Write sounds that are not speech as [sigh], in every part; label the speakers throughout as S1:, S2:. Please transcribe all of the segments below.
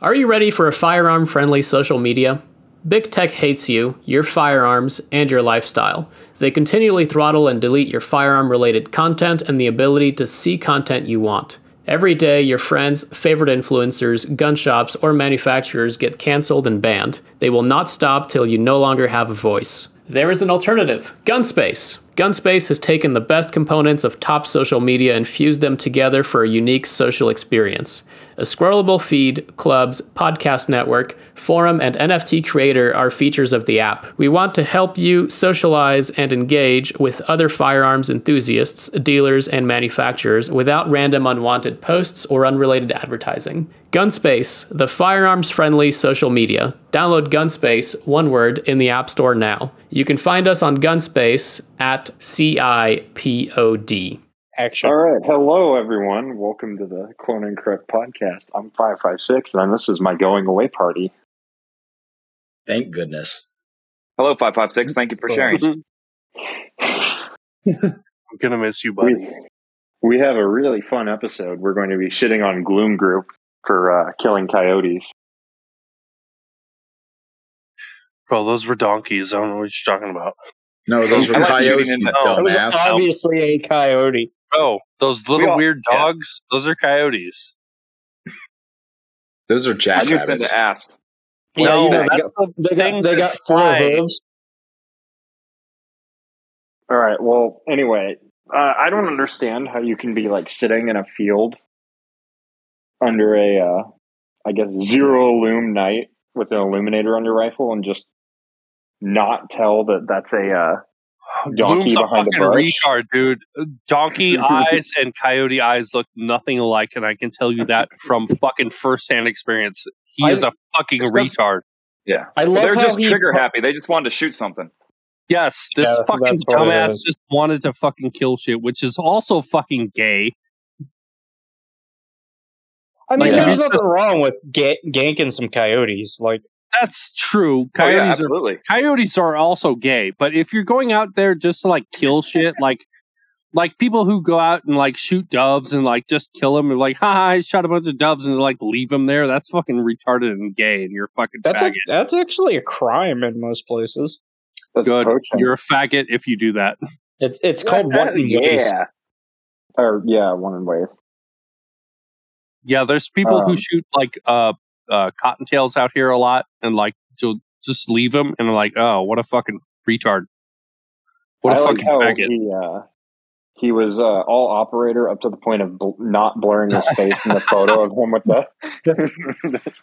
S1: Are you ready for a firearm friendly social media? Big Tech hates you, your firearms, and your lifestyle. They continually throttle and delete your firearm related content and the ability to see content you want. Every day, your friends, favorite influencers, gun shops, or manufacturers get canceled and banned. They will not stop till you no longer have a voice. There is an alternative Gunspace. Gunspace has taken the best components of top social media and fused them together for a unique social experience. A scrollable feed, clubs, podcast network, forum, and NFT creator are features of the app. We want to help you socialize and engage with other firearms enthusiasts, dealers, and manufacturers without random unwanted posts or unrelated advertising. Gunspace, the firearms friendly social media. Download Gunspace, one word, in the App Store now. You can find us on Gunspace at C I P O D.
S2: Action.
S3: All right. Hello, everyone. Welcome to the Clone and Correct podcast. I'm 556, and this is my going away party.
S4: Thank goodness.
S5: Hello, 556. Thank you for sharing.
S2: I'm gonna miss you, buddy.
S3: [laughs] We, we have a really fun episode. We're going to be shitting on Gloom Group for uh, killing coyotes.
S2: Bro, those were donkeys. I don't know what you're talking about.
S4: No, those were
S5: I like shooting
S4: coyotes,
S5: in
S4: you
S5: the- Oh,
S2: That
S4: dumbass.
S6: obviously a coyote.
S2: Bro, those little
S5: all-
S2: weird
S5: yeah.
S2: dogs, those are coyotes.
S4: Those are
S5: I just said
S4: jackrabbits.
S5: to ask.
S2: No,
S6: yeah, you know, they
S2: that's
S6: got, they got,
S2: things
S6: they
S2: that
S6: got four
S2: fly.
S6: hooves.
S3: All right. Well, anyway, uh, I don't understand how you can be like sitting in a field under a, uh, I guess, zero loom night with an illuminator on your rifle and just not tell that that's a. Uh, Donkey
S2: Bloom's a
S3: behind the
S2: fucking
S3: bush.
S2: retard, dude. Donkey eyes and coyote eyes look nothing alike, and I can tell you that from fucking firsthand experience. He
S6: I-
S2: is a fucking
S5: It's just-
S2: retard.
S5: Yeah.
S6: I love
S5: They're
S6: how
S5: just
S6: he-
S5: trigger happy. They just wanted to shoot something.
S2: Yes, this
S6: Yeah,
S2: fucking
S6: that's what it
S2: dumbass
S6: is.
S2: just wanted to fucking kill shit, which is also fucking gay.
S6: I mean,
S2: Like,
S6: there's
S2: yeah.
S6: nothing wrong with ga- ganking some coyotes. Like,
S2: That's true.
S5: Oh, yeah,
S2: Coyotes are
S5: absolutely.
S2: coyotes are also gay but if you're going out there just to like kill shit like like people who go out and like shoot doves and like just kill them and like ha i shot a bunch of doves and like leave them there that's fucking retarded and gay and you're a fucking
S6: that's a, [laughs]
S2: faggot
S6: that's actually a crime in most places.
S3: that's
S2: good
S3: poaching.
S2: you're a faggot if you do that
S6: It's it's called wanton waste.
S3: Or, yeah, one in ways.
S2: yeah there's people who
S3: Um,
S2: shoot like uh uh cottontails out here a lot and like you'll just leave them and like oh what a fucking retard what a
S3: I like
S2: fucking
S3: how
S2: faggot
S3: He, uh, he was uh, all operator up to the point of bl- not blurring his face in the photo of him with the.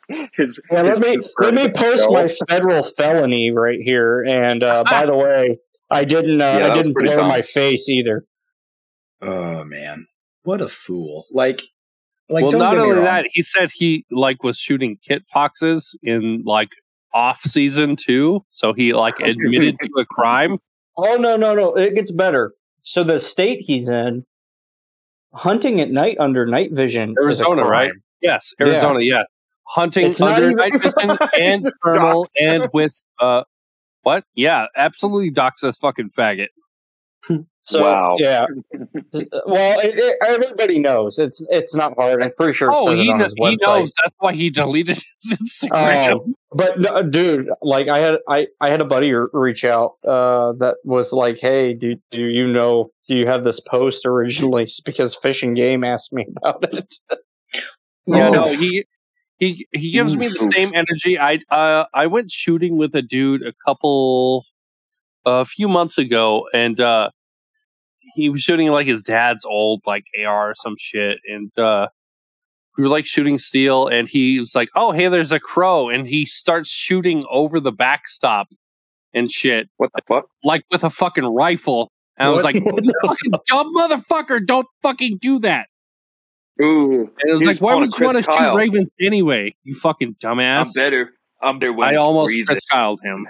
S3: [laughs] his,
S6: Yeah, let
S3: his-
S6: me
S3: his
S6: let me
S3: vertical
S6: post
S3: skull.
S6: my federal felony right here. And uh,
S5: [laughs]
S6: by the way, I didn't uh,
S5: Yeah, that
S6: I
S5: was
S6: didn't
S5: pretty
S6: blur
S5: dumb.
S6: my face either.
S4: Oh man, what a fool! Like, like
S2: well,
S4: don't
S2: not
S4: get me
S2: only
S4: wrong.
S2: that, he said he like was shooting kit foxes in like off season too. So he like admitted to a crime.
S6: Oh no no no! It gets better. So the state he's in, hunting at night under night vision, is a
S2: Arizona,
S6: crime.
S2: right? Yes, Arizona. Yeah, hunting
S6: It's not
S2: under
S6: even-
S2: night vision and thermal and with uh, what? Yeah, absolutely. Docs us fucking faggot.
S6: So
S3: Wow.
S2: [laughs]
S6: yeah, well, it, it, everybody knows it's it's not hard. I'm pretty sure it
S2: Oh,
S6: says
S2: he,
S6: it on
S2: kn-
S6: his
S2: he
S6: website.
S2: knows. That's why he deleted his [laughs] Instagram.
S6: Um, but no, dude, like I had I, I had a buddy r- reach out uh, that was like, "Hey, do do you know do you have this post originally?" [laughs] It's because Fish and Game asked me about it.
S2: Yeah,
S4: Oh,
S2: no, he he he gives me the same energy. I uh, I went shooting with a dude a couple a few months ago, and uh, he was shooting like his dad's old like AR or some shit, and uh, we were like shooting steel, and he was like, "Oh, hey, there's a crow," and he starts shooting over the backstop and shit,
S5: What the fuck?
S2: like with a fucking rifle. And I was
S5: [laughs]
S2: like, "Fucking dumb motherfucker, don't fucking do that."
S5: Ooh.
S2: And it was
S5: He
S2: like,
S5: was
S2: why
S5: calling
S2: would
S5: it
S2: you want to
S5: Chris
S2: shoot
S5: Kyle.
S2: Ravens anyway? You fucking dumbass.
S5: I'm better. I'm their
S2: I
S5: winning
S2: almost
S5: reason.
S2: Chris
S5: [laughs]
S2: Kyled him.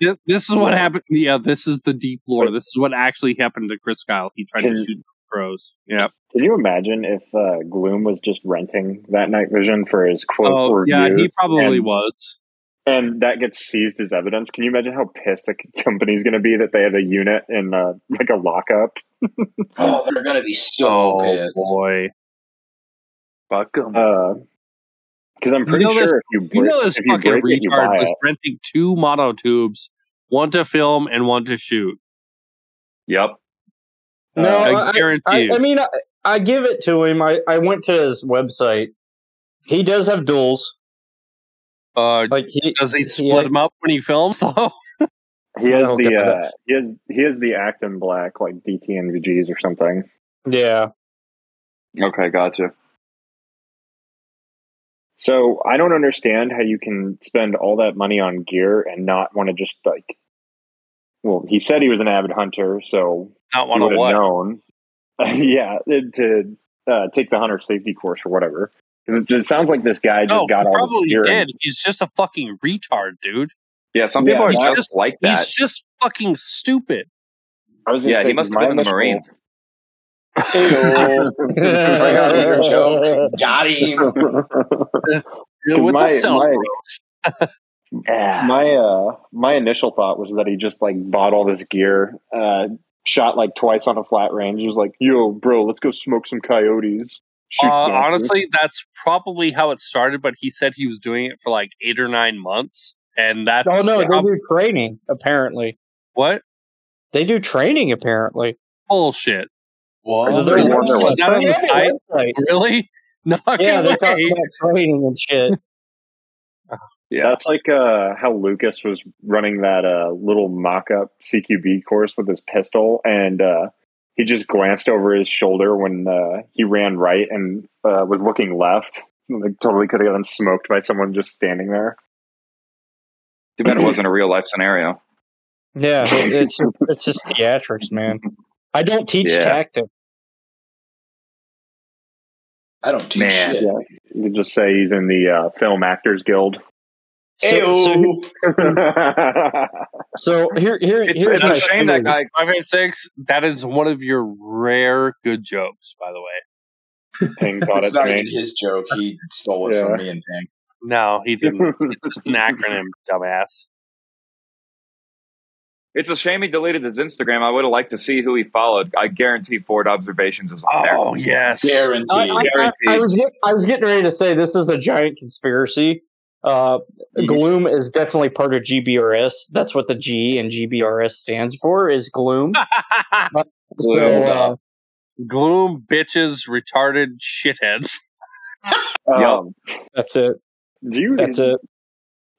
S2: Th- This is what happened. Yeah, this is the deep lore. This is what actually happened to Chris Kyle. He tried to
S3: Can-
S2: shoot crows. Yeah.
S3: Can you imagine if uh, Gloom was just renting that night vision for his quote
S2: Oh,
S3: reviews,
S2: yeah, he probably
S3: and,
S2: was.
S3: and that gets seized as evidence? Can you imagine how pissed the c- company's going to be that they have a unit in uh, like a lockup?
S4: oh, they're gonna be so
S2: Oh,
S4: pissed.
S2: boy.
S5: Fuck them.
S3: Because Uh, I'm pretty
S2: know
S3: sure
S2: this-
S3: if you,
S2: You
S3: break-
S2: know this
S3: if you
S2: fucking
S3: break it, you buy
S2: retard was
S3: it.
S2: renting two mono tubes, one to film and one to shoot.
S5: yep.
S6: No,
S3: Uh,
S2: I
S6: Oh, I-
S2: guarantee
S6: I,
S2: you.
S6: I mean, I, I give it to him. I, I went to his website. He does have duels.
S2: Uh,
S6: Like he
S2: does he
S6: yeah.
S2: split them up when he films? [laughs] though?
S3: He has
S6: Oh,
S3: the
S6: God.
S3: uh, he has he has the act in black like DTNVGs or something.
S5: [laughs]
S6: Yeah.
S5: Okay, gotcha.
S3: So I don't understand how you can spend all that money on gear and not want to just like. Well, he said he was an avid hunter, so
S2: Not
S3: he
S2: one
S3: would
S2: of
S3: have
S2: what?
S3: known. [laughs] yeah, to uh, take the hunter safety course or whatever. Because it just sounds like this guy just
S2: No,
S3: got
S2: he
S3: all
S2: probably
S3: his gear. and-
S2: did. He's just a fucking retard, dude.
S5: Yeah, some
S3: Yeah,
S5: people
S2: he's
S5: are just,
S2: just-
S5: like that.
S2: He's just fucking stupid.
S3: I was gonna
S5: yeah,
S3: say,
S5: he must have
S3: my
S5: been in the
S3: initial-
S5: Marines.
S4: Forgot
S6: [laughs]
S4: your joke. Got [laughs] him.
S2: With
S3: my-
S2: the self
S3: my-
S2: roast.
S4: Yeah.
S3: my uh my initial thought was that he just like bought all this gear uh shot like twice on a flat range he was like yo bro let's go smoke some coyotes shoot
S2: Uh,
S3: some."
S2: honestly, that's probably how it started, but he said he was doing it for like eight or nine months. And that's
S6: Oh no, they
S2: how-
S6: do training apparently.
S2: what?
S6: They do training apparently.
S2: Bullshit. [laughs]
S4: What?
S3: They're
S6: Their
S3: on their
S6: website-
S2: website. Is that on the
S6: Yeah, their
S2: site?
S6: website.
S2: Really? No fucking
S6: Yeah, they
S2: way.
S6: talk about training and shit.
S5: Yeah.
S3: that's like uh how lucas was running that uh little mock-up cqb course with his pistol and uh he just glanced over his shoulder when uh he ran right and uh was looking left like totally could have gotten smoked by someone just standing there
S5: Too [clears throat] bad it wasn't a real life scenario.
S6: Yeah,
S5: [laughs]
S6: it- it's it's just theatrics, man. I don't teach
S5: Yeah.
S6: tactics.
S4: I don't teach
S5: Man.
S4: shit.
S3: Yeah. you could just say he's in the uh film actors guild [laughs]
S6: So, so,
S4: Ayo.
S2: [laughs]
S6: so here here
S5: It's,
S6: here's
S5: it's
S6: my
S5: a shame that
S6: theory.
S5: guy.
S2: Five eight six. That is one of your rare good jokes, by the way.
S3: Ping caught
S4: It's
S3: it
S4: not
S3: to
S4: even
S3: me.
S4: his joke. He stole it
S3: Yeah.
S4: from me and Pink.
S2: No, he didn't. It's just an
S6: [laughs]
S2: acronym, dumbass.
S5: It's a shame he deleted his Instagram. I would have liked to see who he followed. I guarantee Ford Observations is on there.
S2: Oh yes.
S4: Guaranteed.
S6: I, I- I-
S5: Guaranteed.
S6: I was get, I was getting ready to say this is a giant conspiracy. Uh,
S2: Mm-hmm.
S5: Mhm.
S6: Gloom is definitely part of GBRS. That's what the G and GBRS stands for is
S2: [laughs]
S6: gloom. So, uh,
S2: [laughs] Gloom bitches, retarded shitheads.
S3: Um,
S6: that's it.
S3: do you
S6: That's it.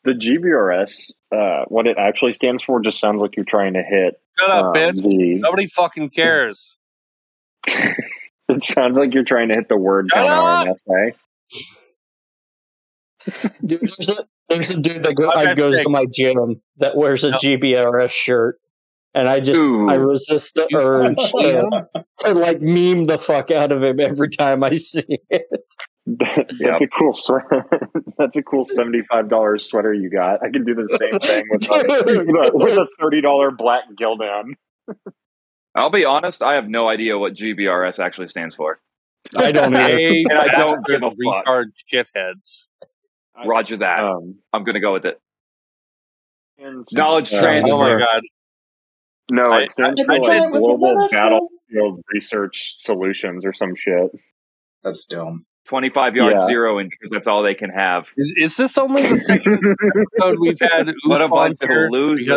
S3: the GBRS? Uh, what it actually stands for just sounds like you're trying to hit
S2: Shut up,
S3: um,
S2: bitch.
S3: the.
S2: Nobody
S6: [laughs]
S2: fucking cares.
S3: [laughs] It sounds like you're trying to hit the word
S2: Shut
S3: count on eh?
S2: up!
S3: an essay.
S6: Dude, There's a, there's a dude that go,
S2: I've
S6: I
S2: got
S6: goes
S2: sick.
S6: to my gym that wears a
S2: No.
S6: GBRS shirt, and I just
S5: Ooh.
S6: I resist the
S2: You
S6: urge
S2: fucking
S6: to,
S2: him.
S6: to like meme the fuck out of him every time I see it.
S3: That- [laughs] That's a cool sweater. [laughs] That's a cool seventy-five dollars sweater you got. I can do the same thing with,
S2: [laughs]
S3: like, [laughs]
S6: Dude.
S3: with a, with a thirty-dollar black gildan.
S5: I'll be honest. I have no idea what GBRS actually stands for.
S2: [laughs]
S6: I don't either.
S2: Hey,
S6: [laughs]
S5: And I don't
S2: bastard
S5: give a fuck.
S2: retard shitheads.
S5: Roger that.
S3: Um,
S5: I'm gonna go with it.
S3: and-
S5: [laughs] Knowledge
S3: Uh,
S5: transfer.
S2: Oh my god.
S3: no,
S2: I-
S3: it stands for like global battlefield research solutions or some shit.
S4: That's dumb.
S5: 25 yards
S3: Yeah.
S5: zero in because that's all they can have.
S2: Is, is this only the
S5: [laughs]
S2: second episode we've had?
S5: What a
S2: oof
S5: bunch
S2: on
S5: of
S2: here? Because-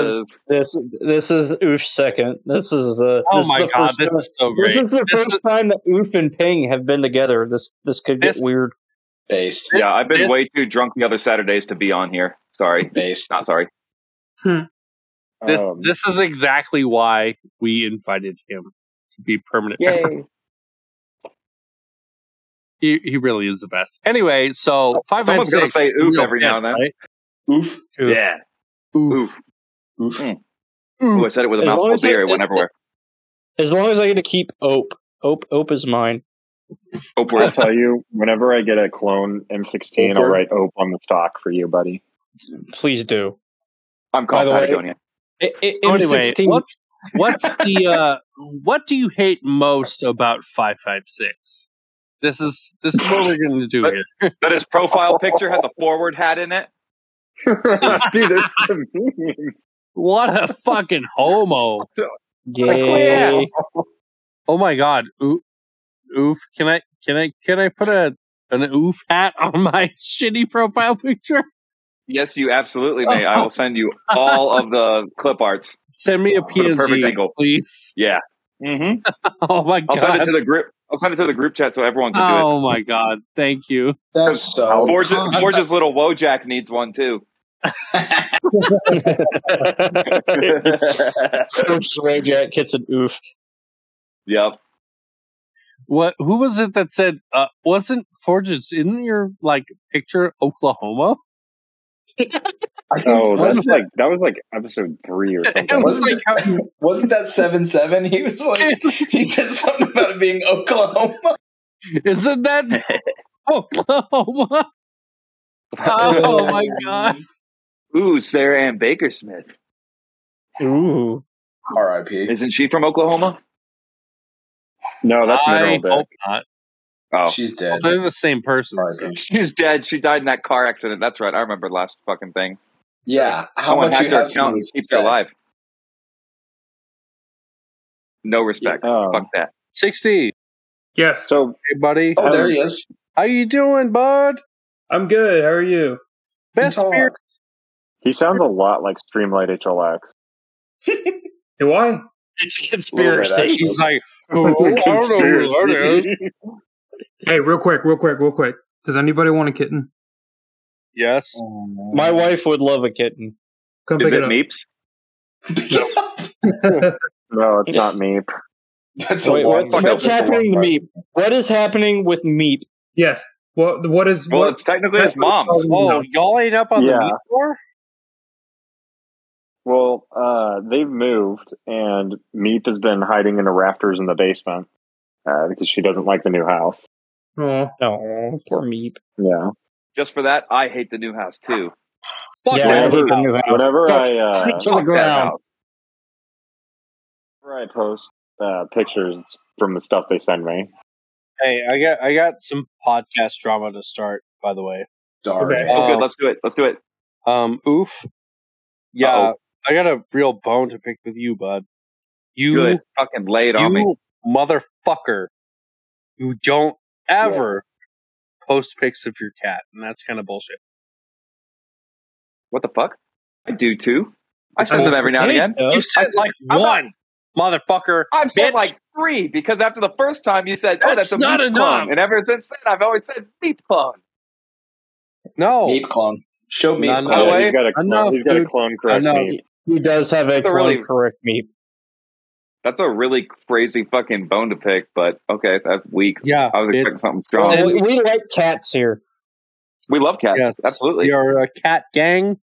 S5: losers.
S6: This this is oof second. This is uh,
S2: Oh
S6: this
S2: my
S6: is the
S2: god,
S6: first
S2: this
S6: time,
S2: is so
S6: this
S2: great.
S6: is the
S2: This
S6: first time that oof and ping have been together. This this could get
S2: This-
S6: weird.
S4: Based.
S5: Yeah, I've been
S2: This-
S5: way too drunk the other Saturdays to be on here. Sorry.
S4: Based.
S5: Not sorry.
S2: This
S3: Um,
S2: this is exactly why we invited him to be permanent. member. He he really is the best. Anyway, so five
S5: Someone's
S2: and
S5: gonna
S2: six,
S5: say oof
S2: real
S5: every now and then.
S2: right?
S4: Oof.
S6: Oof.
S5: Yeah.
S2: Oof.
S5: Oof.
S4: Oof.
S5: Ooh, I said it with a
S6: As long
S5: mouthful of
S6: as it-
S5: beer. It went everywhere.
S6: As long as I get to keep ope, ope, ope is mine.
S5: Oprah.
S3: [laughs] I'll tell you, whenever I get a clone M16, I'll
S4: Oprah.
S3: write Ope on the stock for
S2: [laughs]
S3: you, buddy.
S6: Please do.
S5: I'm
S6: By
S5: called
S6: the way-
S5: Patagonia.
S6: I- I-
S2: So Oh, anyway,
S6: M16
S2: what's
S5: [laughs]
S2: what's the uh, what do you hate most about five five six? This is this is what we're going to do here.
S5: That his profile picture has a forward hat in it.
S3: Dude, that's the [laughs] meme.
S2: What a fucking homo!
S6: gay.
S2: Oh my god, oof, oof! Can I can I can I put a an oof hat on my [laughs] shitty profile picture?
S5: Yes, you absolutely may. I will send you all of the clip arts.
S2: Send me a
S5: Put a perfect
S2: PNG,
S5: angle.
S2: please. [laughs]
S5: Yeah. Mm-hmm.
S2: Oh my
S5: I'll send it
S2: god.
S5: to the group. I'll send it to the group chat so everyone can do it.
S2: Oh my god. Thank you.
S4: That's so.
S5: Borges,
S4: con-
S5: Borges' little Wojak needs one too.
S3: [laughs]
S6: [laughs]
S2: [laughs]
S5: yep.
S6: Ray Jack gets an oof.
S2: What? Who was it that said? Uh, wasn't Forges in your like picture Oklahoma? [laughs]
S4: I think-
S3: Oh, that
S4: wasn't
S3: was like that was like episode three
S2: [laughs]
S3: or
S2: It
S3: something.
S2: was
S4: Wasn't
S2: like how,
S4: Wasn't that seven seven? He was like, [laughs] he said something about it being Oklahoma.
S2: [laughs] isn't that Oklahoma? Oh my god.
S5: [laughs] Ooh, Sarah Ann Baker Smith.
S6: Ooh.
S4: R.I.P.
S5: Isn't she from Oklahoma?
S3: No, that's
S2: I
S3: mineral dick.
S2: hope not.
S5: Oh,
S4: She's
S2: Well,
S4: dead.
S2: they're the same person.
S4: R.I.P.
S5: she's dead. She died in that car accident. That's right. I remember the last fucking thing.
S4: Yeah. How
S5: Someone
S4: much you
S5: hacked her
S4: have
S5: account and
S4: someone's
S5: keeps her
S4: dead.
S5: alive. No respect.
S2: um,
S3: Oh.
S5: Fuck that.
S2: Sixty.
S7: Yes,
S3: So
S2: Hey, buddy.
S4: Oh, there he is.
S2: How you doing, bud?
S7: I'm good. How are you?
S2: [laughs] Best
S4: He talks.
S2: beer.
S3: he sounds a lot like Streamlight HLX.
S7: Do I?
S6: It's
S4: Little bit,
S6: conspiracy.
S2: He's like, oh, I don't know who that is.
S7: Hey, real quick, real quick, real quick. Does anybody want a kitten?
S2: Yes.
S6: My wife would love a kitten.
S7: Come
S5: Is
S7: pick
S5: it
S7: it up.
S5: Meeps?
S3: no, it's not me.
S4: [laughs] That's
S6: Wait,
S4: a long
S6: what's,
S4: that's
S6: what's
S4: a long
S6: happening to
S4: one.
S6: Meep? What is happening with Meep?
S7: Yes. What? What is?
S5: Well,
S7: what-
S5: it's technically his
S7: what-
S5: mom's.
S2: Oh, y'all ate up on the
S3: Yeah.
S2: meat war?
S3: Well, uh, they've moved, and Meep has been hiding in the rafters in the basement uh, because she doesn't like the new house.
S7: Aw.
S6: Oh, poor Meep.
S3: Yeah.
S5: Just for that, I hate the new house too.
S2: Fuck
S6: yeah, I
S2: that.
S6: hate the new house.
S3: Whenever
S6: Fuck,
S3: I uh,
S6: to the
S5: Fuck that
S6: ground.
S5: house.
S3: whenever I post uh, pictures from the stuff they send me,
S2: Hey, I got I got some podcast drama to start, by the way.
S4: Sorry.
S2: Okay.
S5: Oh,
S2: Oh.
S5: good. Let's do it. Let's do it.
S2: Um, oof. Yeah,
S5: Uh-oh.
S2: I got a real bone to pick with you, bud. You
S5: Good. Fucking lay it on me.
S2: you motherfucker. You don't ever post pics of your cat, and that's kind of bullshit.
S5: What the fuck? I do too. I send them every now and
S2: Hey,
S5: again.
S2: You
S6: Does.
S2: said like
S5: I'm not-
S2: one, motherfucker.
S5: I've
S2: Bitch.
S5: said like three because after the first time you said, "Oh,
S2: That's
S5: that's, a
S2: not
S5: meat
S2: enough.
S5: clone," and ever since then I've always said "meat clone."
S2: No,
S4: Meep clone. Show Meep
S2: None
S4: clone.
S5: of
S3: yeah, he's
S5: it.
S3: got a clone,
S2: Enough,
S3: he's got
S2: dude.
S3: a clone correct
S2: Enough.
S3: Meep.
S6: He does have a
S5: That's a
S6: clone
S5: really-
S6: correct Meep.
S5: That's a really crazy fucking bone to pick, but okay, that's weak.
S2: yeah,
S5: I was
S2: bitch.
S5: expecting something strong.
S6: Oh,
S2: Send
S6: we, we like cats here.
S5: we love cats,
S2: Yes.
S5: absolutely.
S2: We are a cat gang.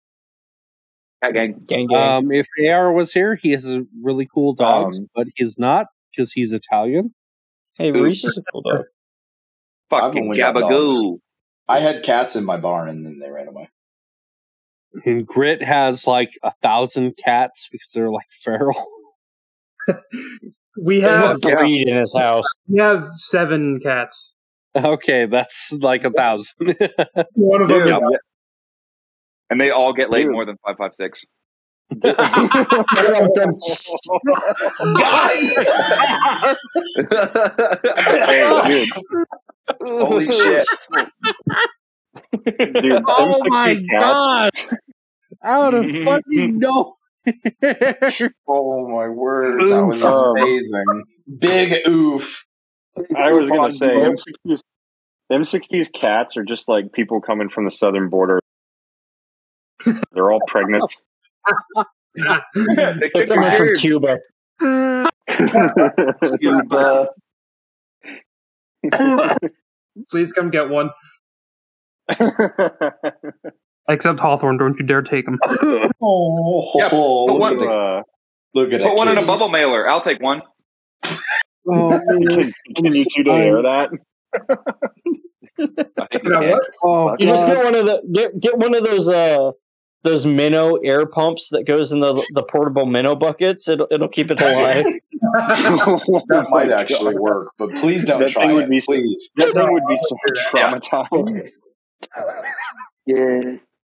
S5: Cat gang.
S6: Gang gang.
S2: Um, if AR was here, he has a really cool dogs,
S5: Um,
S2: but he's not because he's Italian.
S6: hey,
S5: who-
S6: Reese is a cool dog.
S5: Fucking
S4: only got dogs.
S5: gabagoo.
S4: I had cats in my barn and then they ran away.
S2: And Grit has like a thousand cats because they're like [laughs] feral.
S7: We
S6: He had
S7: have
S6: a breed in his [laughs] house.
S7: we have seven cats. [laughs]
S2: okay, that's like a thousand.
S5: [laughs]
S2: [laughs]
S7: One of
S3: Dude,
S7: them is
S5: And they all get laid
S3: Dude.
S5: more than five five six. [laughs]
S4: [laughs] Hey, Holy shit.
S3: dude, dude,
S2: [laughs] oh
S3: M60's
S2: my
S3: cats,
S2: god! Out
S3: [laughs]
S2: of fucking no.
S4: Oh my word. That was
S3: Um,
S4: amazing. Big oof.
S3: I was gonna say
S4: Bonzo.
S3: M60s. M60s cats are just like people coming from the southern
S4: [laughs]
S3: border. They're all pregnant.
S5: they
S6: They're
S5: could be
S6: coming from
S5: weird.
S6: Cuba.
S4: uh,
S3: [laughs]
S5: Cuba.
S7: [laughs] Please come get one.
S4: [laughs]
S7: Except Hawthorne, don't you
S5: [laughs]
S7: dare take him.
S4: Oh,
S5: Yeah,
S4: look,
S5: one-
S4: at the,
S3: Uh,
S4: look at
S5: Put
S4: it,
S5: one in a
S4: kitties.
S5: bubble mailer. I'll take one.
S2: Oh, man.
S3: can, can you two day air that?
S5: I think you
S7: Yeah,
S5: can.
S7: what?
S2: oh
S6: You just
S2: God.
S6: get one of the get get one of those uh those minnow air pumps that goes in the the portable minnow buckets. It'll it'll keep it alive.
S3: [laughs]
S4: That might actually work, but please don't
S3: Oh That
S4: try
S3: thing
S4: it.
S3: would be-
S4: please.
S3: That thing would be so traumatizing.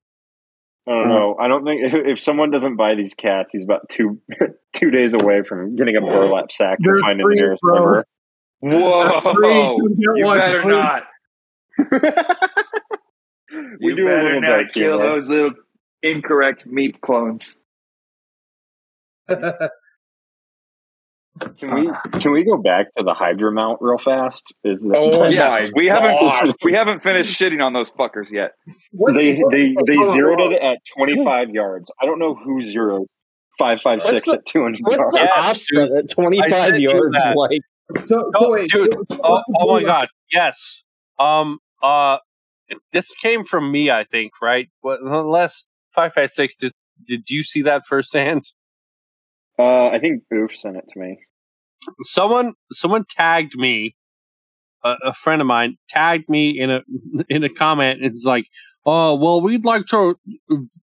S5: [laughs]
S3: I don't know. I don't think [laughs] if, if someone doesn't buy these cats, he's about two [laughs] two days away from getting a burlap sack
S7: They're
S3: to find in the
S7: free,
S3: nearest
S7: bro.
S3: river.
S5: [laughs] Whoa!
S7: Free, come get
S5: Oh, You
S7: one, [laughs]
S5: better
S7: please.
S5: not.
S3: We
S5: you
S3: do a
S5: better
S3: little
S5: not
S3: bit,
S5: kill
S3: Caleb.
S5: those little incorrect meat clones. [laughs]
S3: Can we can we go back to the Hydra mount real fast? Is that
S4: Oh,
S5: Yes,
S4: my
S5: we
S4: gosh.
S5: haven't [laughs] we haven't finished shitting on those fuckers yet.
S3: [laughs] they they they
S6: hold on,
S3: zeroed
S6: hold
S3: it at twenty five yards. I don't know who zeroed five five
S6: What's
S3: six
S6: the-
S3: at two hundred
S6: What's
S3: yards.
S6: the
S2: Yeah,
S6: offset at
S2: I
S6: 25
S2: said
S6: yards?
S2: that.
S6: Like,
S7: So,
S2: Oh,
S7: so wait,
S2: dude.
S7: what's the-
S2: Oh,
S7: what's the
S2: oh my
S7: deal?
S2: god, yes. Um. Uh. This came from me, I think. Right? But unless five five six, did did you see that firsthand?
S3: Uh, I think Boof sent it to me.
S2: Someone someone tagged me. A, a friend of mine tagged me in a [laughs] in a comment and it's like, "Oh, well, we'd like to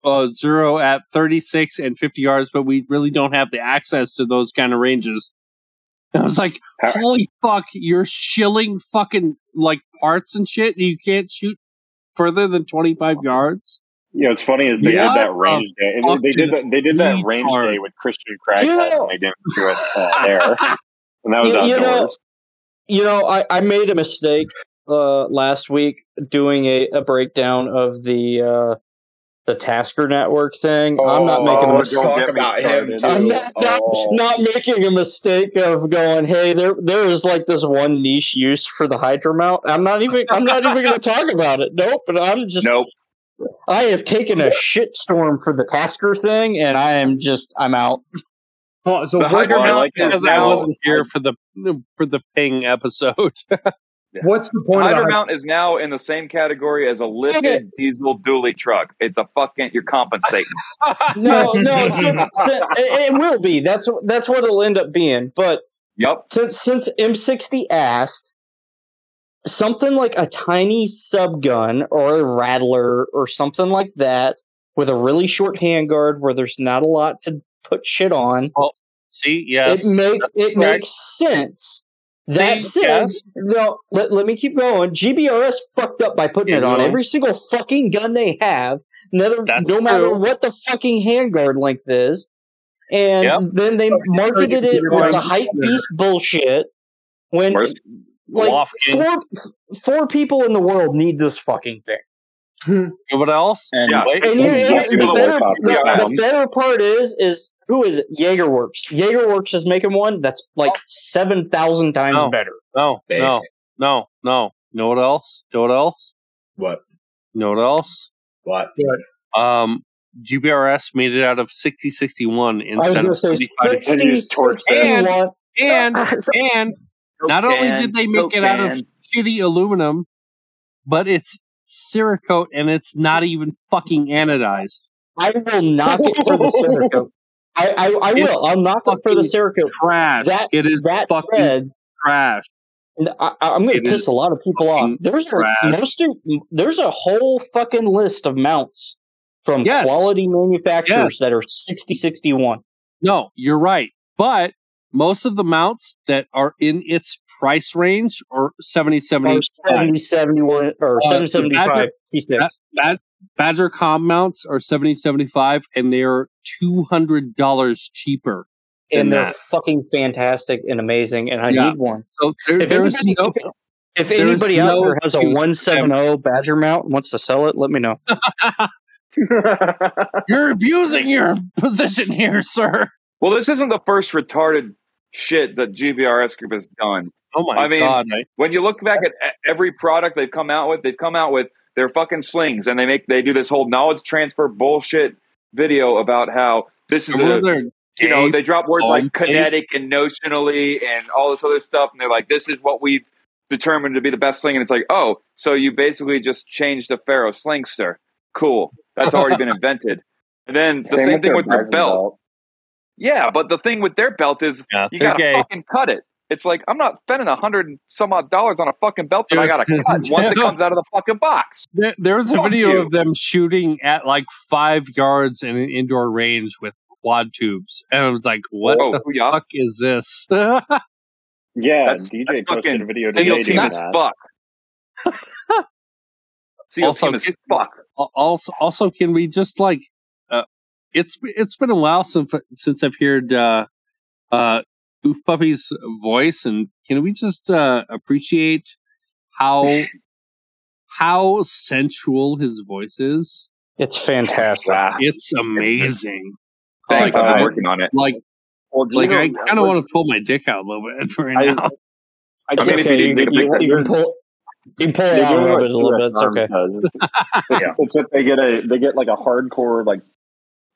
S2: uh, zero at thirty six and fifty yards, but we really don't have the access to those kind of ranges." And I was like,
S3: How-
S2: holy fuck, you're shilling fucking like parts and shit. and You can't shoot further than 25 yards.
S3: Yeah, what's funny is they
S2: Yeah.
S3: did that range day.
S2: Fuck
S3: and They did
S2: you,
S3: that. They did that
S2: retard.
S3: range day with Christian Craighead,
S6: Yeah.
S3: and they didn't do it
S5: [laughs]
S3: uh, there. And that was
S6: You-
S3: outdoors.
S6: you know- you know, I, I made a mistake uh, last week doing a, a breakdown of the uh, the Tasker Network thing. I'm not making a
S5: oh,
S4: let's
S6: mistake.
S5: don't
S4: talk
S5: get me
S4: about him
S5: started.
S4: too.
S6: I'm not, not, [laughs]
S4: Oh.
S6: not making a mistake of going, hey, there there is like this one niche use for the Hydra mount. I'm not even I'm not even gonna talk about it. Nope, but I'm just
S5: Nope.
S6: I have taken a shitstorm for the Tasker thing and I am just I'm out.
S7: Hold on, so
S5: The
S7: what
S5: Hydra
S7: are-
S5: mount is
S2: Because I
S5: now-
S2: wasn't here for the for the ping episode. [laughs]
S7: what's the point of
S5: Hydra
S7: the
S5: mount is now in the same category as a lifted
S2: [laughs]
S6: Okay.
S5: diesel dually truck. It's a fucking you're compensating.
S6: [laughs] No, no, since, since, it, it will be. That's that's what it'll end up being. But
S5: yep.
S6: since since M60 asked something like a tiny subgun or a rattler or something like that with a really short handguard where there's not a lot to put shit on.
S2: See, yes.
S6: It makes it
S2: correct.
S6: makes sense.
S2: See,
S6: That said, no, let, let me keep going. GBRS fucked up by putting
S2: Yeah,
S6: it on
S2: no.
S6: every single fucking gun they have, no,
S2: That's
S6: no matter
S2: true.
S6: what the fucking handguard length is. And
S2: Yep.
S6: then they
S7: Fucking
S6: marketed
S7: thirty
S6: it with
S7: grand.
S6: the hype beast bullshit when
S5: Where's-
S6: like
S2: Lofkin.
S6: four, four people in the world need this fucking thing.
S2: What else?
S4: And
S5: Yeah.
S2: Wait,
S6: And, you, and
S5: Walk
S6: the,
S5: people
S3: away,
S6: better,
S3: Pop.
S6: no,
S5: Yeah.
S6: the better part is, is who is it? Jaegerworks. Jaegerworks is making one that's like 7,000 times
S2: Oh. No.
S6: better.
S2: no, no,
S4: based.
S2: no, no. Know what else? Know what else?
S4: What?
S2: Know what else?
S4: What?
S2: Um, GBRS made it out of 6061 instead
S6: I
S2: of
S6: was going to say uh,
S2: 35
S3: Then you just torch that.
S2: And-
S6: 61.
S2: And
S6: [laughs]
S2: and not only did they make it out of
S5: Cocaine.
S2: shitty aluminum, but it's Cerakote and it's not even fucking anodized.
S6: I will knock it for the
S2: [laughs]
S6: Cerakote. I, I, I
S2: It's
S6: will. I'll knock it for the
S2: fucking
S6: Cerakote.
S2: Trash.
S6: That-
S2: it is
S6: That
S2: fucking
S6: said,
S2: trash.
S6: and I, I'm going
S2: It
S6: to
S2: is
S6: piss a lot of people off.
S2: fucking
S6: There's a,
S2: trash.
S6: most of, there's a whole fucking list of mounts from
S2: Yes.
S6: quality manufacturers that are 6061.
S2: No, you're right. But most of the mounts that are in its price range are 70
S6: Or
S2: 75.
S6: 70, 71, or
S2: Uh,
S6: 775 T6.
S2: Bad, Badger com mounts are 70 75 and they are $200 cheaper. than
S6: And they're
S2: that.
S6: fucking fantastic and amazing, and I
S2: Yeah.
S6: need one.
S2: So there,
S6: If
S2: there is
S6: anybody-
S5: [laughs]
S2: no. [laughs]
S6: If
S2: There is
S6: anybody out
S2: no
S6: there has a
S2: excuse for
S6: 170 Badger mount and wants to sell it, let me know.
S3: [laughs]
S2: You're abusing your [laughs] position here, sir.
S5: Well, this isn't the first retarded shit that GVRS group has done.
S2: Oh my
S5: I mean,
S2: god!
S5: When you look back at e- every product they've come out with, they've come out with their fucking slings, and they make they do this whole knowledge transfer bullshit video about how this is a
S2: Another
S5: you know,
S2: Dave
S5: they drop words
S2: Holm
S5: like
S2: page.
S5: kinetic and notionally and all this other stuff, and they're like, this is what we've determined to be the best sling. And it's like, oh, so you basically just changed the Pharaoh slingster. Cool. That's
S2: [laughs]
S5: already been invented. And then the same, thing
S3: their
S5: with their
S3: Bison
S5: belt. Yeah, but the thing with their belt is
S2: Yeah,
S5: you
S2: they're
S5: gotta
S2: gay.
S5: fucking cut it. It's like I'm not spending a hundred and some odd dollars on a fucking belt that I gotta
S2: Dude.
S5: cut
S2: [laughs]
S5: once it comes out of the fucking box.
S2: There, there was a
S5: Fuck
S2: video
S5: you.
S2: of them shooting at like five yards in an indoor range with quad tubes, and I was like, "What
S5: Oh,
S2: the
S5: yeah.
S2: fuck is this?" [laughs] yeah,
S3: Yeah,
S5: That's-
S3: DJ
S5: that's
S3: posted a
S5: fucking
S3: video
S5: Seal
S3: today doing
S5: team as
S3: that.
S5: fuck.
S2: [laughs]
S5: Seal
S2: Also,
S5: team as
S2: get- Oh
S5: fuck.
S2: Al- also also can we just like uh, it's it's been a while since since I've heard uh uh Oof Puppy's [laughs] voice and can we just uh appreciate how how sensual his voice is.
S6: It's fantastic.
S2: It's amazing.
S5: Thanks,
S2: Like,
S5: I've been
S2: I-
S5: working on it.
S2: Like,
S3: Well, do you
S2: like
S3: know-
S2: I kind of want to pull my dick out a little bit [laughs] right
S3: I-
S2: now.
S3: I
S5: I mean, if you didn't take a
S3: you're-
S5: picture,
S6: You
S3: you're-
S6: can pull, you can pull it
S3: they're
S6: out and
S3: doing
S6: rub
S3: what
S6: it a little bit. It's
S3: QSR
S6: okay.
S3: does.
S2: [laughs]
S3: It's, it's, it's that they get a they get like a hardcore like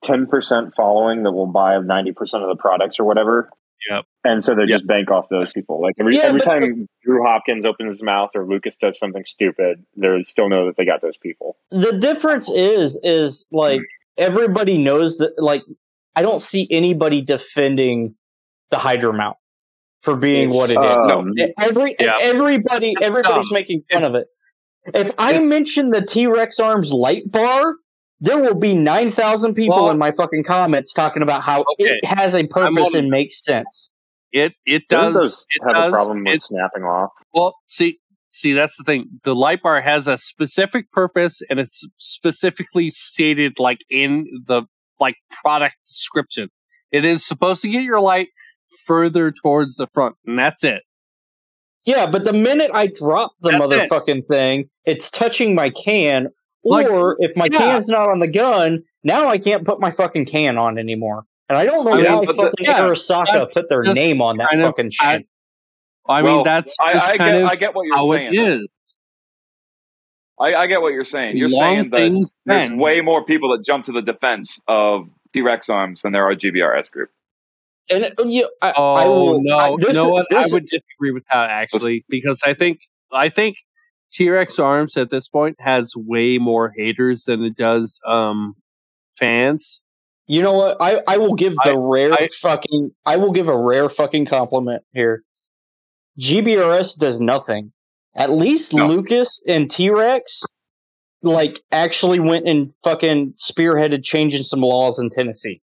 S3: ten percent following that will buy ninety percent of the products or whatever.
S2: Yep.
S3: And so they just bank off those people. Like every
S6: Yeah,
S3: every
S6: but-
S3: time Drew Hopkins opens his mouth or Lucas does something stupid, they still know that they got those people.
S6: the difference is is like everybody knows that like i don't see anybody defending the hydra mount for being
S4: It's-
S6: what it is
S5: no,
S3: Um,
S6: every
S2: Yeah.
S6: everybody
S2: It's
S6: everybody's
S2: dumb.
S6: making fun of it if i mention the t-rex arms light bar there will be 9000 people
S2: Well-
S6: in my fucking comments talking about how
S2: Okay.
S6: it has a purpose
S2: on-
S6: and makes sense
S2: It it
S3: Doesn't
S2: does it
S3: have
S2: does
S3: a problem with
S2: it-
S3: snapping off?
S2: well see see that's the thing. The light bar has a specific purpose and it's specifically stated like in the like product description. It is supposed to get your light further towards the front, and that's it.
S6: yeah but the minute i drop the
S2: That's it.
S6: motherfucking thing it's touching my can
S2: Like,
S6: or if my
S2: yeah.
S6: can's not on the gun, now I can't put my fucking can on anymore. And I don't know
S5: I mean,
S6: why
S5: but the-
S6: fucking
S2: yeah,
S6: Arasaka
S2: that's
S6: put their
S2: just
S6: name on that
S2: kind of-
S6: fucking shit.
S2: I
S5: Well,
S2: mean that's
S5: I,
S2: just
S5: I
S2: kind
S5: get,
S2: of
S5: I get what you're
S2: how
S5: saying.
S2: it is.
S5: I, I get what you're saying. You're
S2: Long
S5: saying that
S2: things
S5: there's
S2: bend.
S5: way more people that jump to the defense of T Rex arms than there are GBRS group.
S6: and uh, you, I,
S2: Oh
S6: I will,
S2: no!
S6: I,
S2: you
S6: this,
S2: know
S6: is-
S2: what? I
S6: this
S2: would disagree with that actually, because I think I think T Rex Arms at this point has way more haters than it does um fans.
S6: You know what? I, I will give the
S2: I-
S6: rare
S2: I-
S6: fucking I will give a rare fucking compliment here. GBRS does nothing. At least
S5: No.
S6: Lucas and T Rex like actually went and fucking spearheaded changing some laws in Tennessee.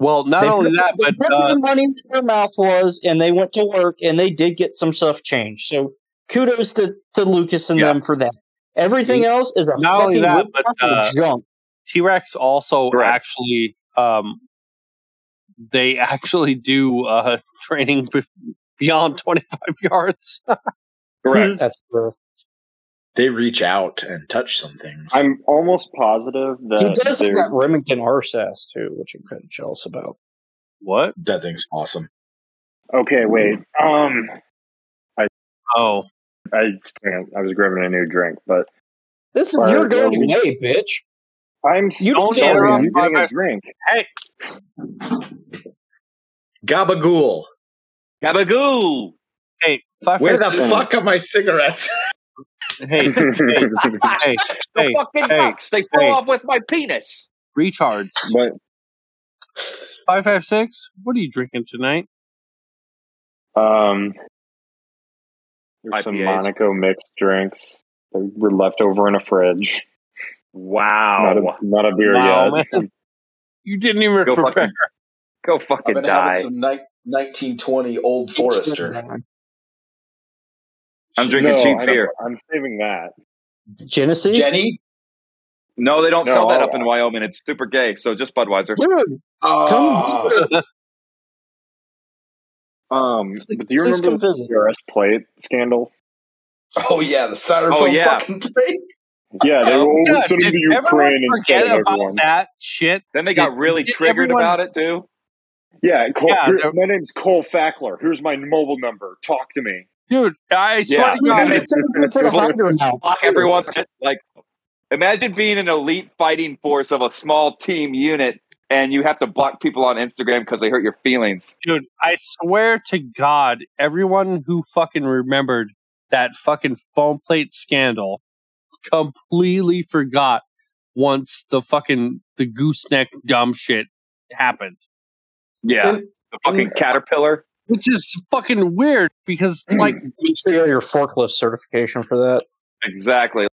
S2: Well, not
S6: they
S2: only
S6: put,
S2: that,
S6: they
S2: but
S6: put
S2: uh,
S6: their money where their mouth was, and they went to work, and they did get some stuff changed. So kudos to, to Lucas and
S5: Yeah.
S6: them for that. Everything else is a
S2: Not only
S6: fucking
S2: that,
S6: whip
S2: but,
S6: fucking
S2: uh,
S6: junk.
S2: T Rex also
S5: Correct.
S2: actually um they actually do uh [laughs] training be- beyond twenty five [laughs] yards.
S3: Correct.
S6: That's true.
S4: They reach out and touch some things.
S3: I'm almost positive
S6: He
S3: that
S6: does have
S3: uh, they're-
S6: that Remington RSAS too, which I'm kind of jealous about.
S2: what?
S4: that thing's awesome.
S3: Okay, wait. Um,
S2: Oh,
S3: I I was grabbing a new drink, but
S6: This is
S3: Fire
S6: you're going
S3: Emblem.
S6: away, bitch.
S3: I'm
S6: You
S3: so
S6: don't
S3: sorry.
S2: interrupt
S3: I'm
S2: my-
S3: getting a drink.
S4: Gabagool.
S5: Gabagool!
S2: hey, five
S4: Where the
S2: five-
S4: fuck are my [laughs] cigarettes?
S6: [laughs]
S2: Hey, hey, hey, hey,
S5: fucking
S2: hey,
S5: They
S2: hey.
S5: with my penis.
S2: retards.
S3: [laughs] But
S2: Five five six. What are you drinking tonight?
S3: Um, there's some
S5: IPAs.
S3: Monaco mixed drinks. They were left over in a fridge. Not
S5: Wow.
S3: a, not a beer
S2: Wow,
S3: yet.
S2: You didn't even
S5: Go
S2: prepare.
S5: fucking, go fucking die.
S4: ni- 1920 Old
S5: I'm drinking
S3: No,
S5: cheap
S3: I don't-
S5: beer.
S3: I'm saving that.
S6: Genesee,
S4: Jenny?
S5: No, they don't
S3: No,
S5: sell that
S3: I'll-
S5: up in Wyoming. It's super gay, so just Budweiser.
S6: dude,
S4: Oh.
S3: Um, but do you
S6: please
S3: remember
S6: come
S3: the
S6: visit.
S3: CRS plate scandal?
S4: [laughs] Oh yeah, the styrofoam
S5: Oh, yeah.
S4: fucking plate.
S3: Yeah, they
S5: Oh,
S3: will
S2: Yeah,
S3: send them
S2: did
S3: to
S2: everyone
S3: Ukraine instead
S2: forget
S3: of
S2: about
S3: everyone.
S2: that shit?
S5: Then they got
S2: Did-
S5: really
S2: did
S5: triggered
S2: everyone-
S5: about it too.
S3: Yeah, Cole,
S2: Yeah,
S3: here-
S2: they're-
S3: my name's Cole Fackler. Here's my mobile number. Talk to me.
S2: Dude, I swear to
S6: Yeah,
S2: God,
S6: but they said if you put a hydro out,
S5: Fuck everyone. Like, imagine being an elite fighting force of a small team unit, and you have to block people on Instagram because they hurt your feelings.
S2: dude, I swear to God, everyone who fucking remembered that fucking foam plate scandal completely forgot once the fucking the gooseneck dumb shit happened.
S5: Yeah,
S6: And-
S5: the fucking caterpillar.
S2: Which is fucking weird because like
S6: make sure you have your forklift certification for that.
S5: Exactly.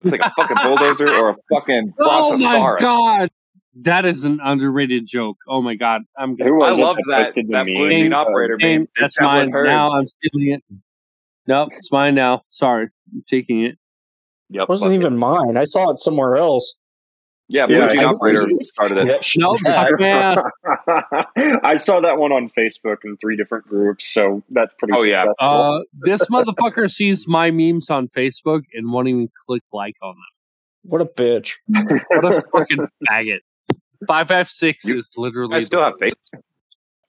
S5: It's like a fucking bulldozer or a fucking
S2: Oh my
S5: brontosaurus.
S2: god. That is an underrated joke. Oh my god. I'm
S3: Who
S2: gonna
S3: was
S5: I
S3: it
S5: love
S3: that
S5: that
S3: posted the
S5: that blue
S3: meme?
S5: jean
S2: Uh,
S5: operator
S2: Dang,
S5: meme.
S2: that's
S5: That one
S2: mine. Now
S5: hurts.
S2: I'm stealing it. Nope, it's mine now. Sorry. I'm taking it.
S5: Yep,
S6: It wasn't
S5: fuck it.
S6: even mine. I saw it somewhere else.
S5: Yeah,
S3: Yeah,
S5: Blue Jean
S3: I-
S5: Operator started it.
S2: No,
S3: [laughs]
S2: suck my [laughs] ass.
S3: I saw that one on Facebook in three different groups, so that's pretty.
S5: Oh, yeah.
S3: successful.
S2: Uh, this motherfucker sees my memes on Facebook and won't even click like on
S6: What a bitch.
S2: them. What a fucking faggot. 556
S5: You-
S2: is literally.
S5: I still have faith.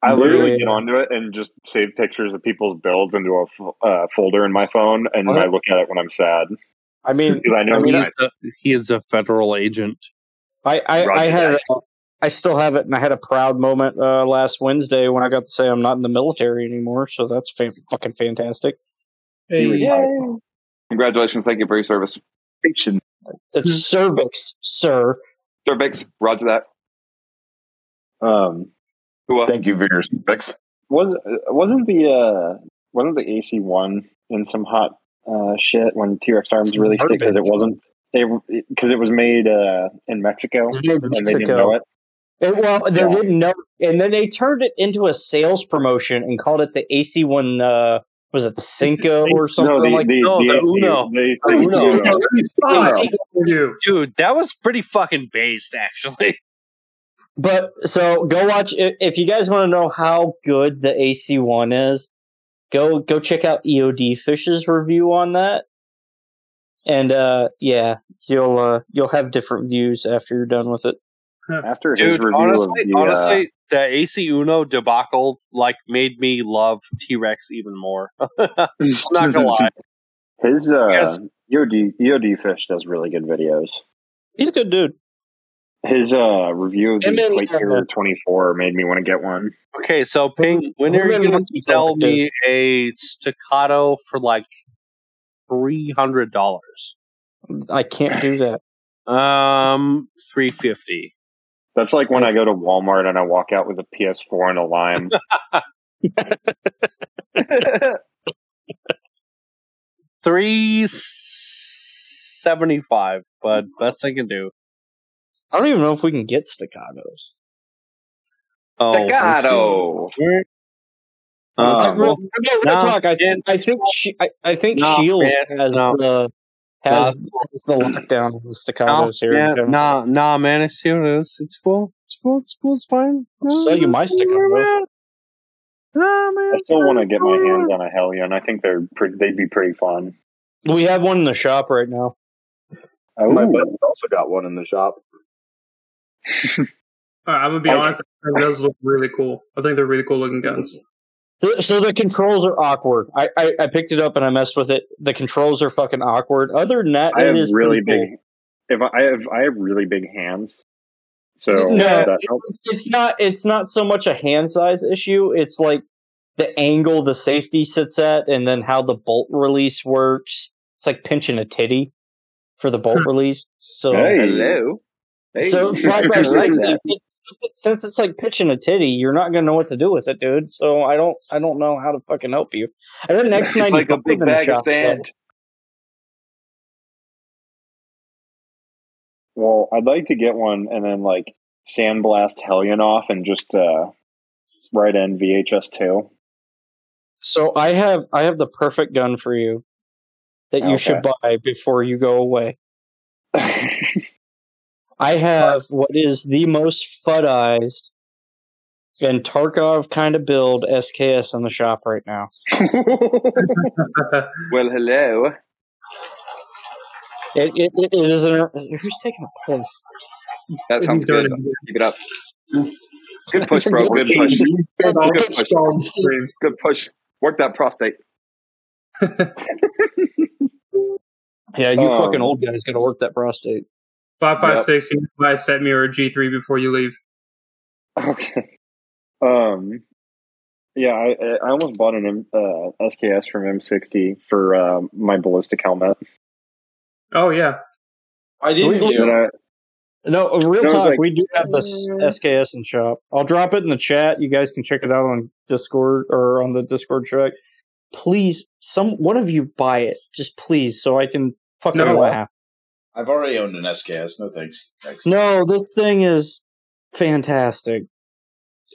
S3: I literally
S6: Yeah.
S3: get onto it and just save pictures of people's builds into a fo- uh, folder in my phone, and I look at it when I'm sad
S6: I mean,
S3: because Oh, I know
S6: I mean,
S2: he,
S3: that
S2: is a, he is a federal agent.
S6: I I, I
S3: Roger
S6: had
S3: that.
S6: a- I still have it, and I had a proud moment uh, last Wednesday when I got to say I'm not in the military anymore. So that's fan- fucking fantastic.
S5: Congratulations. Thank you for your service. Hmm.
S6: It's cervix, sir.
S5: Sir Bix, roger that.
S3: um,
S5: Who, uh,
S8: Thank you for your specs.
S3: was wasn't the uh, wasn't the AC one in some hot uh, shit when T Rex arms
S6: Some
S3: released it because it
S6: garbage.
S3: wasn't it because it was made uh, in Mexico
S6: It's made in
S3: and they didn't
S6: Mexico.
S3: know it.
S6: It- well, they
S3: Yeah.
S6: didn't know, and then they turned it into a sales promotion and called it the AC one. Uh, was it the Cinco or something
S3: no, the,
S6: like?
S3: the,
S2: No,
S3: Oh, the, Oh,
S2: the
S3: AC,
S2: Uno.
S3: the AC
S2: The Uno.
S3: Uno.
S6: AC
S7: Dude,
S2: Dude, that was pretty fucking based, actually.
S6: But so go watch i- if you guys want to know how good the AC one is, go go check out EOD Fish's review on that. And uh yeah, you'll uh, you'll have different views after you're done with it.
S3: After his
S2: Dude,
S3: review
S2: honestly,
S3: of the, uh,
S2: honestly, the AC Uno debacle like made me love T Rex even more. [laughs] I'm not gonna lie.
S3: His uh,
S2: Yes.
S3: EOD EOD E fish does really good videos.
S6: He's a good dude.
S3: His uh, review of the
S6: Him and- uh,
S3: Plate Hero 24 made me want to get one.
S2: Okay, so Ping, when are
S6: Him and
S2: you gonna
S6: Monkey
S2: sell
S6: Talk
S2: me
S6: is-
S2: a staccato for like three hundred dollars?
S6: I can't do that.
S2: Um, three fifty.
S3: That's like when I go to Walmart and I walk out with a PS4 and a lime.
S2: Three seventy five, but best I can do.
S6: I don't even know if we can get staccatos.
S2: Oh, I'm sorry.
S5: Staccato.
S2: Uh,
S6: Like, real- okay, real
S2: no,
S6: talk. I,
S2: it's-
S6: I think she, I, I think
S2: No,
S6: Shields
S2: man,
S6: has
S2: no.
S6: the has, has the lockdown of the
S2: No,
S6: staccatos here. in
S2: yeah,
S6: general.
S2: nah, nah, man. I see what it is. It's cool. It's cool. It's cool. It's fine.
S6: I'll sell you my stick on this.
S2: Nah, man.
S3: I still want to get my hands
S2: [laughs]
S3: on a Hellion. I think they're pretty, they'd be pretty fun.
S6: We have one in the shop right now.
S3: Oh,
S8: My buddy's also got one in the shop.
S7: uh, I'm gonna be
S3: I-
S7: honest. I think those look really cool. I think they're really cool looking guns. [laughs]
S6: Th- So the controls are awkward. I, I, I picked it up and I messed with it. The controls are fucking awkward. Other than that,
S3: I
S6: it
S3: have
S6: is
S3: really
S6: pretty cool.
S3: big. If I, I have, I have really big hands. So
S6: No,
S3: that helps.
S6: It's not it's not so much a hand size issue. It's like the angle the safety sits at, and then how the bolt release works. It's like pinching a titty for the [laughs] bolt release. So
S3: Hey.
S5: Hello. Hey. [laughs]
S6: so five
S3: I
S6: by
S3: like
S6: six.
S3: that.
S6: it- Since it's like pitching a titty, you're not gonna know what to do with it, dude. So I don't, I don't know how to fucking help you. I did an X ninety
S5: [laughs] like a big bag of sand.
S6: [laughs]
S3: well, I'd like to get one and then like sandblast Hellion off and just uh, write in VHS two. [laughs]
S6: So I have I have the perfect gun for you that you
S3: Okay.
S6: should buy before you go away. I have what is the most fudized and Tarkov kind of build SKS in the shop right now.
S5: Well, hello.
S6: It it, it, it is an er, who's taking a piss?
S5: That sounds
S7: He's doing
S5: good.
S6: [laughs]
S5: Keep it up. Good push,
S6: That's a
S5: bro.
S6: good
S5: Good push.
S7: it.
S6: That's a
S5: Good
S6: good
S5: push.
S7: Dog scream.
S5: Good push. Work that prostate.
S6: [laughs] Yeah, you
S3: Um,
S6: fucking old guy's gonna work that prostate.
S7: Five five six. You need to buy a set mirror G three before you leave.
S3: Okay. Um. Yeah, I I- I almost bought an M- uh, SKS from M60 for um, my ballistic helmet.
S7: Oh yeah,
S4: Why didn't
S3: But
S4: you?
S3: I,
S6: No, uh, real
S3: No, it's
S6: talk.
S3: like-
S6: we do have this SKS in shop. I'll drop it in the chat. You guys can check it out on Discord or on the Discord track. Please, some one of you buy it, just please, so I can fucking
S7: No.
S6: laugh.
S4: I've already owned an SKS. No thanks. Thanks.
S6: No, this thing is fantastic.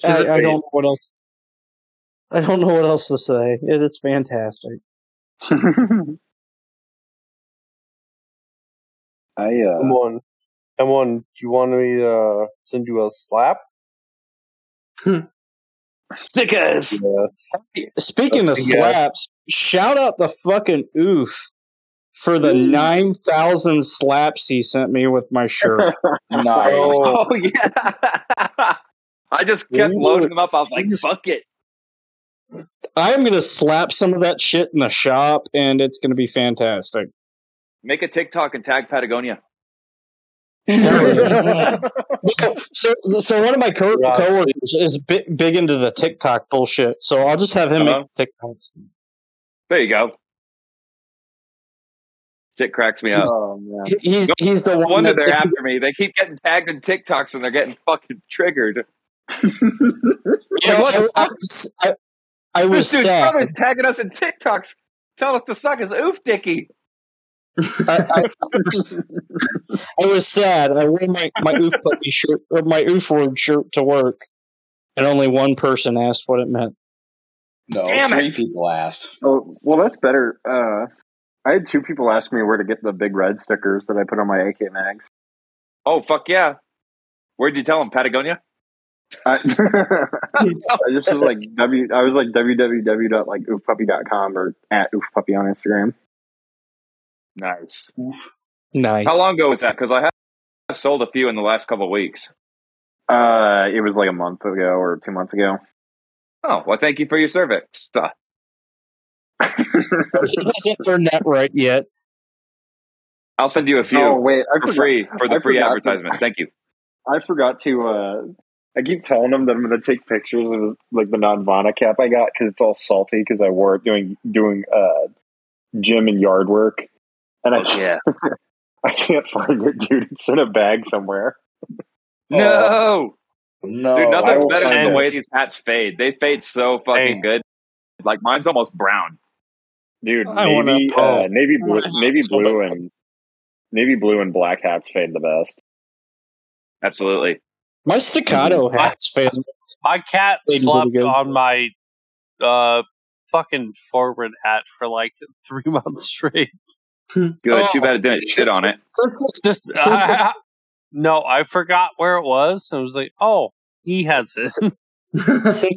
S6: I, I don't know what else. I don't know what else to say. It is fantastic.
S3: [laughs] I uh,
S2: Come on. Someone, you want me to send you a
S5: [laughs]
S2: slap?
S3: Thick as.
S2: Yes.
S6: Speaking of
S2: Yeah.
S6: slaps, shout out the fucking oof for the nine thousand slaps he sent me with my shirt.
S4: Nice.
S5: Oh yeah. [laughs] I just kept
S2: Ooh,
S5: loading them up. I was like, fuck it.
S6: I'm gonna slap some of that shit in the shop, and it's gonna be fantastic.
S5: Make a TikTok and tag Patagonia.
S6: so, so one of my co-
S2: Right.
S6: coworkers is bi- big into the TikTok bullshit, so I'll just have him
S5: Uh-huh.
S6: make the TikToks.
S5: There you go. Shit cracks me up.
S3: Oh, man.
S6: He- He's he's the
S5: No
S6: one
S5: wonder
S6: that
S5: they're after me. They keep getting tagged in TikToks and they're getting fucking triggered.
S6: You know, I, I was- I- I was
S5: This dude's
S6: sad.
S5: brother's tagging us in TikToks. Tell us to suck his oof dicky.
S6: I, I, I was sad. I wore my my oof puppy shirt or my oof word shirt to work, and only one person asked what it meant.
S4: No,
S5: Damn
S4: three
S5: it.
S4: people asked.
S3: Oh, well, that's better. Uh, I had two people ask me where to get the big red stickers that I put on my AK mags.
S5: Oh fuck yeah. Where'd you tell him? Patagonia?
S3: I, [laughs] I just was like w. I was like www.like com or at oofpuppy on Instagram.
S5: Nice.
S6: Nice.
S5: How long ago was that? Because I have sold a few in the last couple of weeks.
S3: Uh, it was like a month ago or two months ago.
S5: Oh, well thank you for your service. Uh,
S6: He doesn't earn that right yet.
S5: I'll send you a few
S3: Oh wait, I
S5: for
S3: forgot,
S5: free for the
S3: I
S5: free
S3: forgot to-
S5: advertisement. Thank
S3: [laughs]
S5: you.
S3: I forgot to. Uh, I keep telling them that I'm going to take pictures of like the Nonvana cap I got because it's all salty because I wore it doing doing uh, gym and yard work, and I can't,
S5: yeah.
S3: [laughs] I can't find it, dude. It's in a bag somewhere. Oh.
S5: No.
S4: Oh, No,
S5: Dude,
S4: I
S5: nothing's
S4: will
S5: better
S4: send
S5: than the
S4: it.
S5: way these hats fade. They fade so fucking
S2: Hey.
S5: good. Like mine's almost brown.
S3: Dude,
S6: I wanna-
S3: navy
S2: oh.
S3: uh, navy
S6: I
S3: blue
S6: wanna-
S3: navy blue and navy blue and black hats fade the best.
S5: Absolutely.
S6: My staccato hats fail.
S2: My cat
S6: Waiting for
S2: slept
S6: the go.
S2: on my uh, fucking forward hat for like [laughs] three months straight. [laughs]
S5: Good.
S6: Oh.
S5: Too bad it didn't shit on it.
S6: Since
S2: [laughs] Just
S6: So it's like-
S2: no, I forgot where it was. I was like, oh, he has [laughs] it.
S6: this, since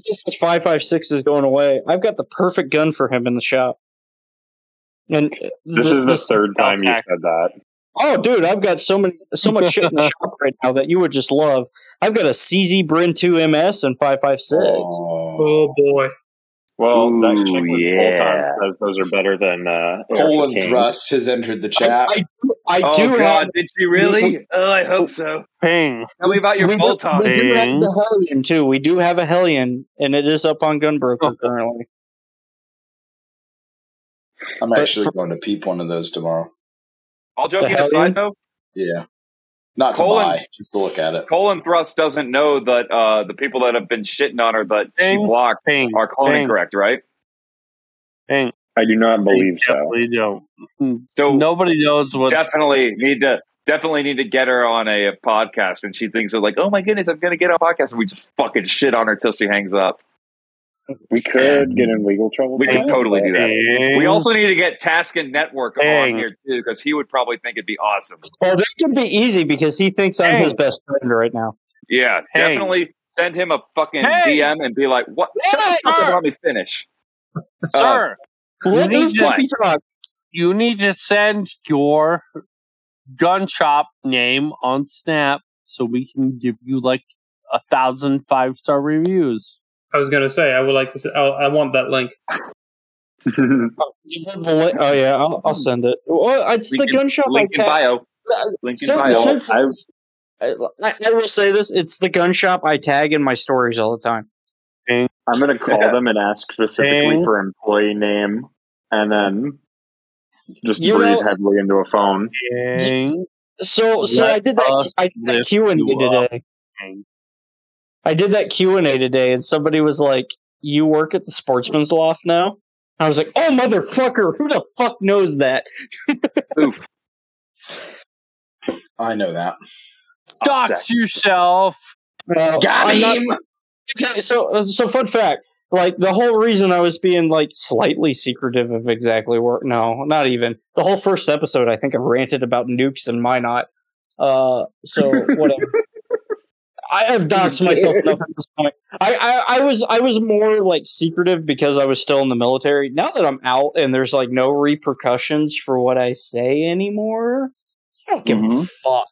S6: this is five five six is going away, I've got the perfect gun for him in the shop. And uh,
S3: This is the third
S2: South
S3: time you
S2: Pack.
S3: said that.
S6: Oh, dude, I've got so many, so much shit in the shop right now that you would just love. I've got a CZ Brin two MS and five five six.
S4: Oh.
S7: oh boy.
S3: Well, that
S5: Ooh,
S3: chick with full time
S5: yeah.
S3: says those are better than uh,
S4: Colon
S3: AR-15.
S4: Thrust has entered the
S6: I,
S4: chat.
S6: I, do- I
S5: oh
S6: do
S5: god,
S6: have.
S5: did she really? Oh, I hope so.
S2: Ping.
S5: Tell me about your
S6: we do,
S5: Bolton.
S6: we do have
S2: Ding.
S6: the Hellion too. We do have a Hellion, and it is up on Gunbroker
S2: Oh.
S6: currently.
S4: I'm
S6: but
S4: actually
S6: for-
S4: going to peep one of those tomorrow.
S5: All joking
S6: hell,
S5: aside
S6: dude?
S5: though,
S4: Yeah. Not to
S5: Colon-
S4: buy, just to look at it.
S5: Colon Thrust doesn't know that uh, the people that have been shitting on her that she
S2: Ding.
S5: blocked
S2: Ping.
S5: are cloning
S2: Ping.
S5: correct, right?
S2: [laughs] Ping.
S3: I do not believe
S2: I
S3: so.
S2: definitely don't.
S5: So
S2: Nobody knows what.
S5: definitely need to definitely need to get her on a podcast and she thinks of like, oh my goodness, I'm gonna get on a podcast and we just fucking shit on her till she hangs up.
S3: We could get in legal trouble.
S5: We
S3: for
S5: could
S3: that,
S5: totally
S3: but-
S5: do that.
S2: Ping.
S5: We also need to get Taskin Network
S2: Dang.
S5: on here too, because he would probably think it'd be awesome.
S6: well, Oh, this could be easy because he thinks I'm
S2: Hey.
S6: his best friend right now.
S5: Yeah,
S2: Hey.
S5: definitely send him a fucking
S2: Hey.
S5: DM and be like, "What? Shut the fuck up and let me finish." Uh,
S2: sir.
S6: Let
S2: you,
S6: me
S2: need to,
S6: flippy talk.
S2: you need to send your gun shop name on Snap so we can give you like a thousand five star reviews.
S7: I was gonna say I would like to. Say, I, I want that link.
S3: [laughs]
S6: Oh yeah, I'll, I'll send it. Well, it's the
S5: Lincoln-
S6: gun shop I
S5: link in
S6: tap-
S5: bio. Link in
S6: Since-
S5: bio.
S6: since- I, I, I will say this: it's the gun shop I tag in my stories all the time.
S3: I'm going to call
S5: Yeah.
S3: them and ask specifically
S2: Ding.
S3: for employee name, and then just
S6: You
S3: breathe
S6: know-
S3: heavily into a phone.
S2: Ding.
S6: So, so
S2: Let
S6: I did that.
S2: us
S6: I did that
S2: lift
S6: Q and A
S2: you
S6: today. I did that Q and A today, and somebody was like, "You work at the Sportsman's Loft now?" I was like, "Oh motherfucker, who the fuck knows that?"
S5: Oof.
S4: I know that.
S2: Dox yourself.
S6: Well,
S4: Got
S6: Uh, Oh, I'm not- [laughs]
S4: him!
S6: okay, so, so fun fact. Like the whole reason I was being like slightly secretive of exactly where no, not even the whole first episode. I think I ranted about nukes and why not. Uh, so whatever.
S5: [laughs]
S6: I have doxed myself enough at this point. I, I, I was I was more like secretive because I was still in the military. Now that I'm out and there's like no repercussions for what I say anymore, I don't give a
S5: Mhm.
S6: fuck.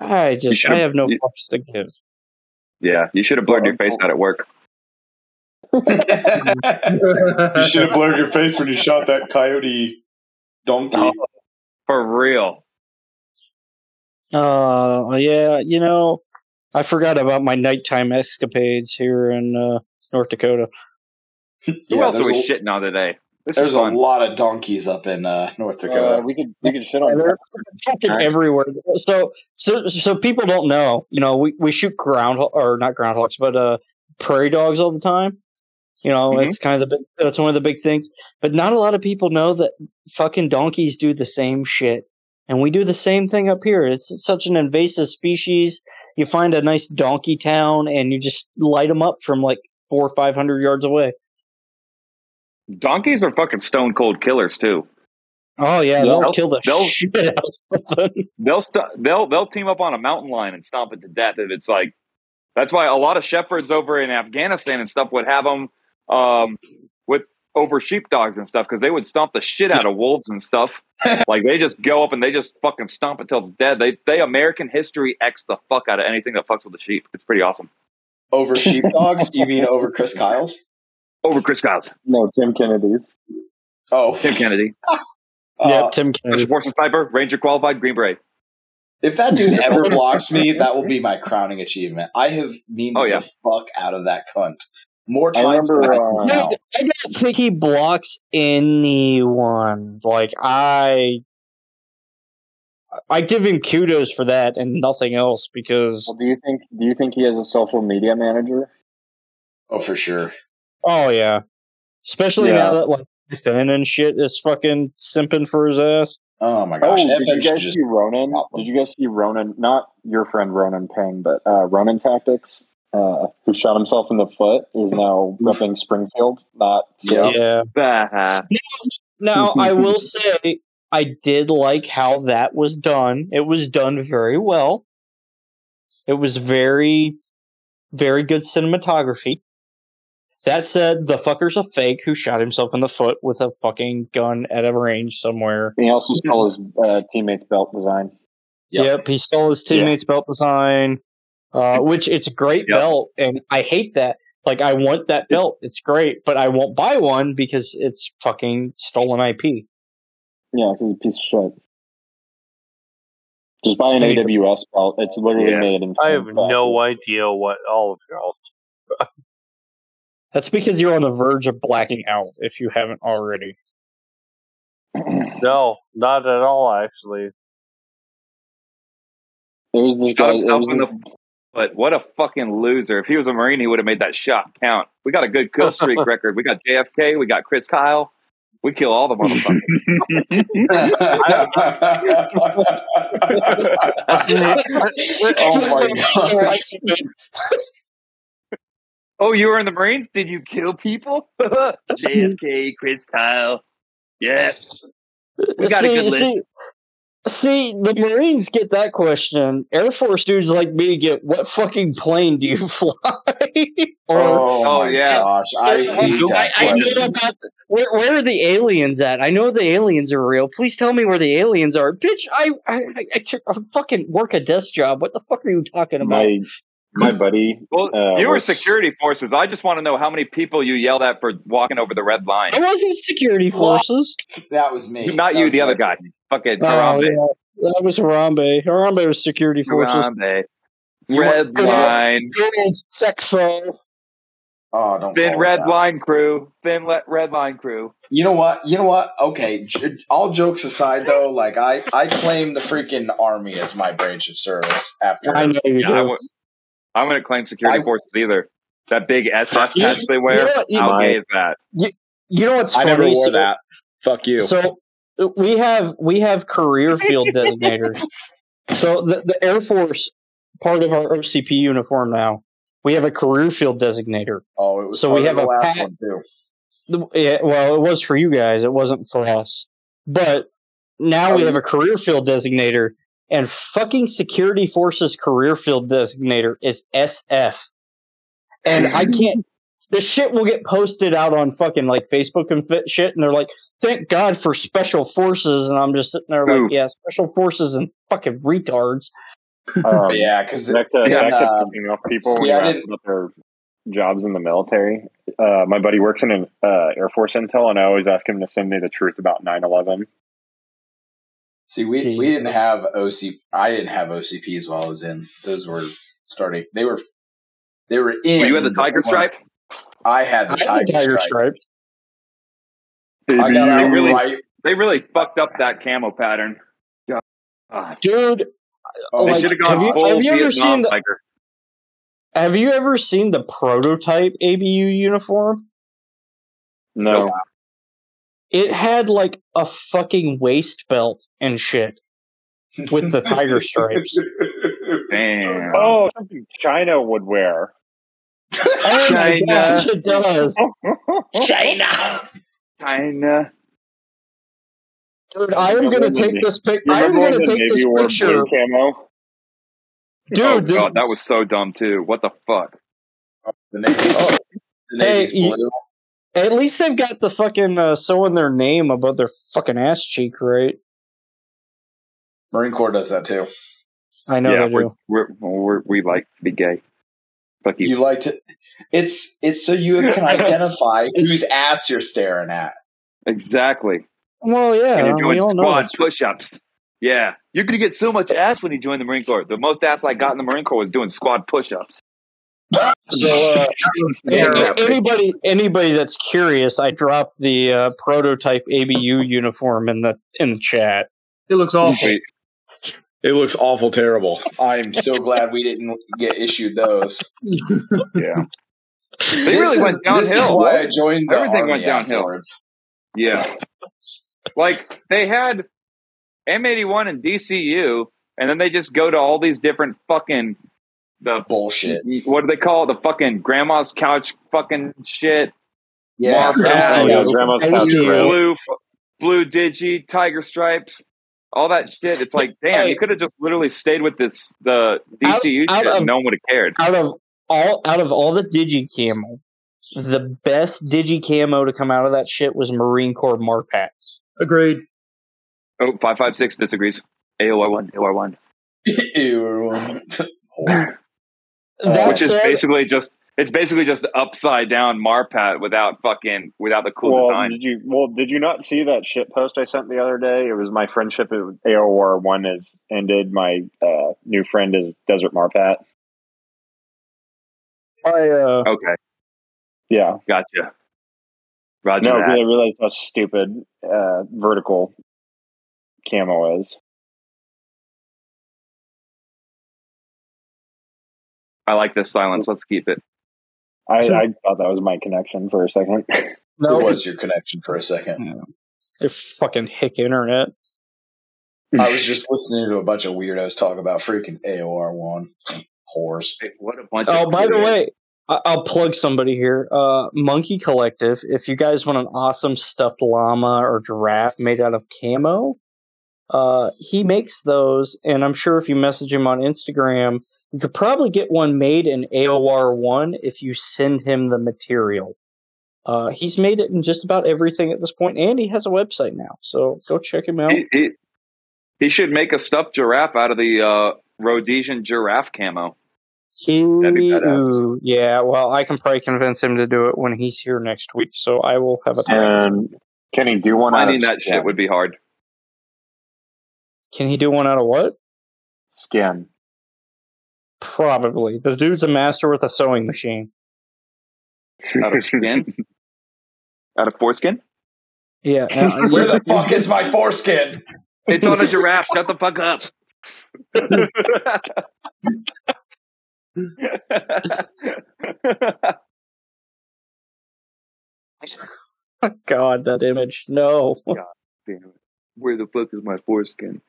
S6: I just
S5: should've-
S6: I have no
S5: you-
S6: fucks to give.
S5: Yeah, you should have blurred your face out at work.
S8: You should have blurred your face when you shot that coyote donkey.
S5: Oh, For real.
S6: Uh, yeah, you know, I forgot about my nighttime escapades here in uh, North Dakota.
S5: Who
S4: Yeah,
S5: else are
S4: there's
S5: we
S4: a-
S5: shitting on today? This
S4: There's
S5: is
S4: a
S5: fun.
S4: lot of donkeys up in uh, North Dakota.
S3: we could we could shit on
S6: They're fucking
S5: Nice.
S6: everywhere. So, so, so people don't know. You know, we we shoot ground or not groundhogs, but uh, prairie dogs all the time. You know,
S5: Mhm.
S6: it's kind of the big, that's one of the big things. But not a lot of people know that fucking donkeys do the same shit, and we do the same thing up here. It's such an invasive species. You find a nice donkey town, and you just light them up from like four or five hundred yards away.
S5: Donkeys are fucking stone cold killers too.
S6: Oh yeah,
S5: Yeah.
S6: they'll kill the [laughs]
S5: They'll-
S6: shit out of something.
S5: They'll st- they'll they'll team up on a mountain lion and stomp it to death if it's like. That's why a lot of shepherds over in Afghanistan and stuff would have them um, with over sheepdogs and stuff because they would stomp the shit out of wolves and stuff. like they just go up and they just fucking stomp until it's dead. They they American history x the fuck out of anything that fucks with the sheep. It's pretty awesome.
S4: Over [laughs] sheepdogs? you mean over Chris Kyle's?
S5: Over Chris Giles,
S3: No, Tim Kennedy's.
S4: Oh,
S5: Tim Kennedy,
S4: uh,
S6: yep, Tim Kennedy.
S5: Special Forces sniper, Ranger qualified, Green Beret.
S4: If that dude ever blocks me, that will be my crowning achievement. I have memed
S5: Oh, yeah.
S4: the fuck out of that cunt more
S3: I
S4: times than I
S3: remember,
S4: can
S3: uh,
S4: count.
S6: I don't think he blocks anyone. Like I, I give him kudos for that and nothing else because
S3: Well, do you think do you think he has a social media manager?
S4: Oh, for sure.
S6: oh yeah, especially
S3: Yeah.
S6: now that like Finn and shit is fucking simping for his ass.
S4: Oh my
S3: Oh,
S4: gosh, that
S3: did you
S4: bitch
S3: guys
S4: just
S3: see Ronan?
S4: pop them.
S3: Did you guys see Ronan? Not your friend Ronan Pang, but uh, Ronan Tactics, uh, who shot himself in the foot, is now repping Springfield. Not
S4: Yeah.
S6: Yeah.
S5: Bah.
S6: Now I will say I did like how that was done. It was done very well. It was very, very good cinematography. That said, the fucker's a fake who shot himself in the foot with a fucking gun at a range somewhere.
S3: He also stole his uh, teammate's belt design.
S4: Yep.
S6: Yep, he stole his teammate's belt design, uh, which it's a great
S5: Yep.
S6: belt, and I hate that. Like, I want that belt. It's great, but I won't buy one because it's fucking stolen IP.
S3: Yeah, he's a piece of shit. Just buy an
S6: Hey.
S3: AWS belt. It's literally
S2: Yeah.
S3: made in.
S2: I have no
S3: factory.
S2: idea what all of y'all.
S6: That's because you're on the verge of blacking out if you haven't already.
S2: No, not at all. Actually,
S3: There was this
S5: Shot
S3: guy. there
S5: himself
S3: was
S5: in
S3: this-
S5: the But what a fucking loser. If he was a Marine, he would have made that shot count. We got a
S4: [laughs]
S5: good kill streak record. We got JFK. We got Chris Kyle. We kill all the
S4: [laughs]
S5: motherfuckers.
S4: oh
S6: [laughs]
S4: my god.
S5: oh, you were in the Marines? Did you kill people? JFK, Chris Kyle. Yeah. We got a
S6: see,
S5: good list.
S6: See, see, the Marines get that question. Air Force dudes like me get what fucking plane do you [laughs] fly? or
S4: Oh,
S5: Oh,
S4: my
S5: yeah.
S4: gosh, I hate
S6: I,
S4: that
S6: I know
S4: question.
S6: about where, where are the aliens at? I know the aliens are real. Please tell me where the aliens are, bitch. I I, I, I, took- I fucking work a desk job. What the fuck are you talking about?
S3: my my buddy.
S5: Well,
S3: uh,
S5: you were
S3: works-
S5: security forces. I just want to know how many people you yelled at for walking over the red line.
S6: I wasn't security
S4: What?
S6: forces.
S4: That was me.
S5: Not
S4: That
S5: you,
S4: was
S5: the
S4: my
S5: other guy. Fucking
S6: Oh,
S5: Harambe.
S6: yeah. That was Harambe. Harambe was security forces.
S5: Harambe. Red
S6: You want-
S4: [laughs]
S5: line.
S6: Good old Secfo.
S4: Oh, don't
S5: Thin
S4: call it
S5: red
S4: that.
S5: line crew. Thin le- red line crew.
S4: You know what? You know what? Okay, j- all jokes aside, though, like I, I claim the freaking army as my branch of service. After
S6: I know you
S5: Yeah, I
S6: do.
S5: w- I'm going to claim security
S4: I-
S5: forces either. That big SF
S6: You-
S5: patch they
S6: You know,
S5: wear.
S6: what- you,
S5: How gay is that?
S6: you know what's
S4: I
S6: funny?
S4: never wore
S6: so,
S4: that. Fuck you.
S6: So uh, we have we have career [laughs] field designators. So the, the Air Force part of our OCP uniform now. We have a career field designator.
S4: oh, it was
S6: so
S4: part
S6: we
S4: of
S6: have
S4: the
S6: a
S4: last
S6: pat-
S4: one too.
S6: The- Yeah, well, it was for you guys. It wasn't for us. But now we have a career field designator, and fucking security forces career field designator is SF. And I can't. The shit will get posted out on fucking like Facebook and fit shit, and they're like, "Thank God for special forces," and I'm just sitting there like,
S5: Ooh.
S6: "Yeah, special forces and fucking retards."
S3: Um,
S4: But yeah, because
S3: That, uh,
S4: Yeah,
S3: that kept
S4: uh,
S3: pissing off people when
S4: see,
S3: you
S4: I
S3: asked
S4: didn't-
S3: about their jobs in the military. Uh, my buddy works in an uh, Air Force intel, and I always ask him to send me the truth about 9-11.
S4: see, we, we
S6: Jesus.
S4: didn't have OC. I didn't have OCPs while I was in. Those were starting. They were they were in.
S5: Were you in the tiger stripe?
S4: I had the
S6: I had
S4: tiger,
S6: the tiger
S4: stripe.
S6: stripe.
S4: I got
S5: They
S4: out
S5: really-
S4: right.
S5: They really fucked up that camo pattern. God.
S6: dude.
S4: Oh,
S5: They
S6: Like,
S5: should
S6: have
S5: have gone
S6: you-
S5: full
S6: have you ever
S5: Vietnam
S6: seen the-
S5: tiger.
S6: Have you ever seen the prototype ABU uniform?
S5: Oh,
S3: No.
S6: It had like a fucking waist belt and shit with the
S4: [laughs]
S6: tiger stripes.
S5: Damn.
S3: Oh, something China would wear. [laughs]
S6: Oh my
S5: China.
S6: gosh, it does.
S4: China.
S5: China.
S6: Dude, I am gonna
S3: Remember
S6: take
S3: when
S6: this pic.
S3: You
S6: I am
S3: remember when
S6: gonna
S3: the
S6: take
S3: Navy
S6: this
S3: wore
S6: picture,
S3: blue camo?
S6: dude.
S5: oh
S6: this,
S5: god, that was so dumb too. What the fuck?
S4: The Navy. Oh, the
S6: Hey,
S4: Navy's
S6: you-
S4: blue.
S6: at least they've got the fucking uh, sewing their name above their fucking ass cheek, right?
S4: Marine Corps does that too.
S6: I know
S5: yeah,
S6: they
S5: we're,
S6: do.
S5: we're, we're, we like to be gay. Fuck you.
S4: You like to. It's it's so you can
S6: [laughs]
S4: identify whose ass you're staring at.
S5: exactly.
S6: Well, yeah,
S5: and you're
S6: we
S5: doing
S6: all know.
S5: squat
S6: that's-
S5: push-ups. Yeah, you're gonna get so much ass when you join the Marine Corps. The most ass I got in the Marine Corps was doing squad push-ups.
S6: So, uh,
S4: Yeah,
S6: a-
S4: yeah.
S6: anybody, anybody that's curious, I dropped the uh, prototype ABU uniform in the in the chat.
S7: It looks awful.
S5: Wait,
S4: It looks awful terrible. I'm so glad we didn't get issued those.
S5: yeah, they
S4: This
S5: really
S4: is-
S5: went
S4: This is
S5: downhill.
S4: why I joined the
S5: Everything
S4: Army
S5: went downhill.
S4: afterwards.
S5: Yeah, like they had M81 and DCU, and then they just go to all these different fucking the
S4: Bullshit.
S5: what do they call it? The fucking grandma's couch fucking shit.
S4: Yeah.
S5: Mark
S6: Yeah,
S5: Allen,
S3: Oh,
S6: I
S3: yeah,
S6: know.
S3: grandma's
S6: I
S3: pouch
S6: see.
S3: red.
S5: blue, f- blue digi, tiger stripes, all that shit. It's like, damn,
S6: Hey.
S5: you could have just literally stayed with this the DCU
S6: Out- out
S5: shit. and
S6: of-
S5: no one would have cared.
S6: out of all out of all the digi camo, the best digi camo to come out of that shit was Marine Corps Marpat.
S7: Agreed. [laughs]
S5: Oh, five five six disagrees. AOR one, AOR one,
S4: [laughs]
S3: [laughs]
S4: Ew.
S6: That
S5: Oh, which is
S6: said,
S5: basically just it's basically just upside down Marpat without fucking without the cool
S3: well,
S5: design.
S3: did you well did you not see that shit post I sent the other day? It was my friendship at AOR one is ended. My uh, new friend is Desert Marpat.
S6: I, uh,
S5: Okay,
S3: Yeah,
S5: gotcha. Roger
S3: no,
S5: that.
S3: I realized how stupid uh, vertical camo is.
S5: I like this silence. Let's keep it.
S3: I, I thought that was my connection for a second.
S6: no,
S4: It was your connection for a second.
S6: it's fucking hick internet.
S4: I was just listening to a bunch of weirdos talk about freaking AOR one whores.
S5: Hey, What a bunch.
S6: Oh,
S5: of
S6: by the
S5: weirdos.
S6: way, I- I'll plug somebody here. Uh, Monkey Collective. If you guys want an awesome stuffed llama or giraffe made out of camo, uh, he makes those, and I'm sure if you message him on Instagram, you could probably get one made in AOR one if you send him the material. Uh, he's made it in just about everything at this point, and he has a website now, so go check him out.
S5: He, he, he should make a stuffed giraffe out of the uh, Rhodesian giraffe camo.
S6: He,
S5: be badass.
S6: ooh, yeah, well, I can probably convince him to do it when he's here next week, so I will have a time.
S3: And [laughs] Kenny, do one out
S5: Finding
S3: of
S5: that
S3: skin.
S5: shit would be hard.
S6: Can he do one out of what?
S3: skin.
S6: Probably. The dude's a master with a sewing machine.
S5: Out of skin? [laughs] out of foreskin?
S3: [laughs]
S6: Yeah. uh, you-
S4: Where the fuck is my foreskin?
S5: It's on a giraffe. Shut the fuck up.
S6: God, that image. No.
S5: [laughs] Damn it. Where the fuck is my foreskin?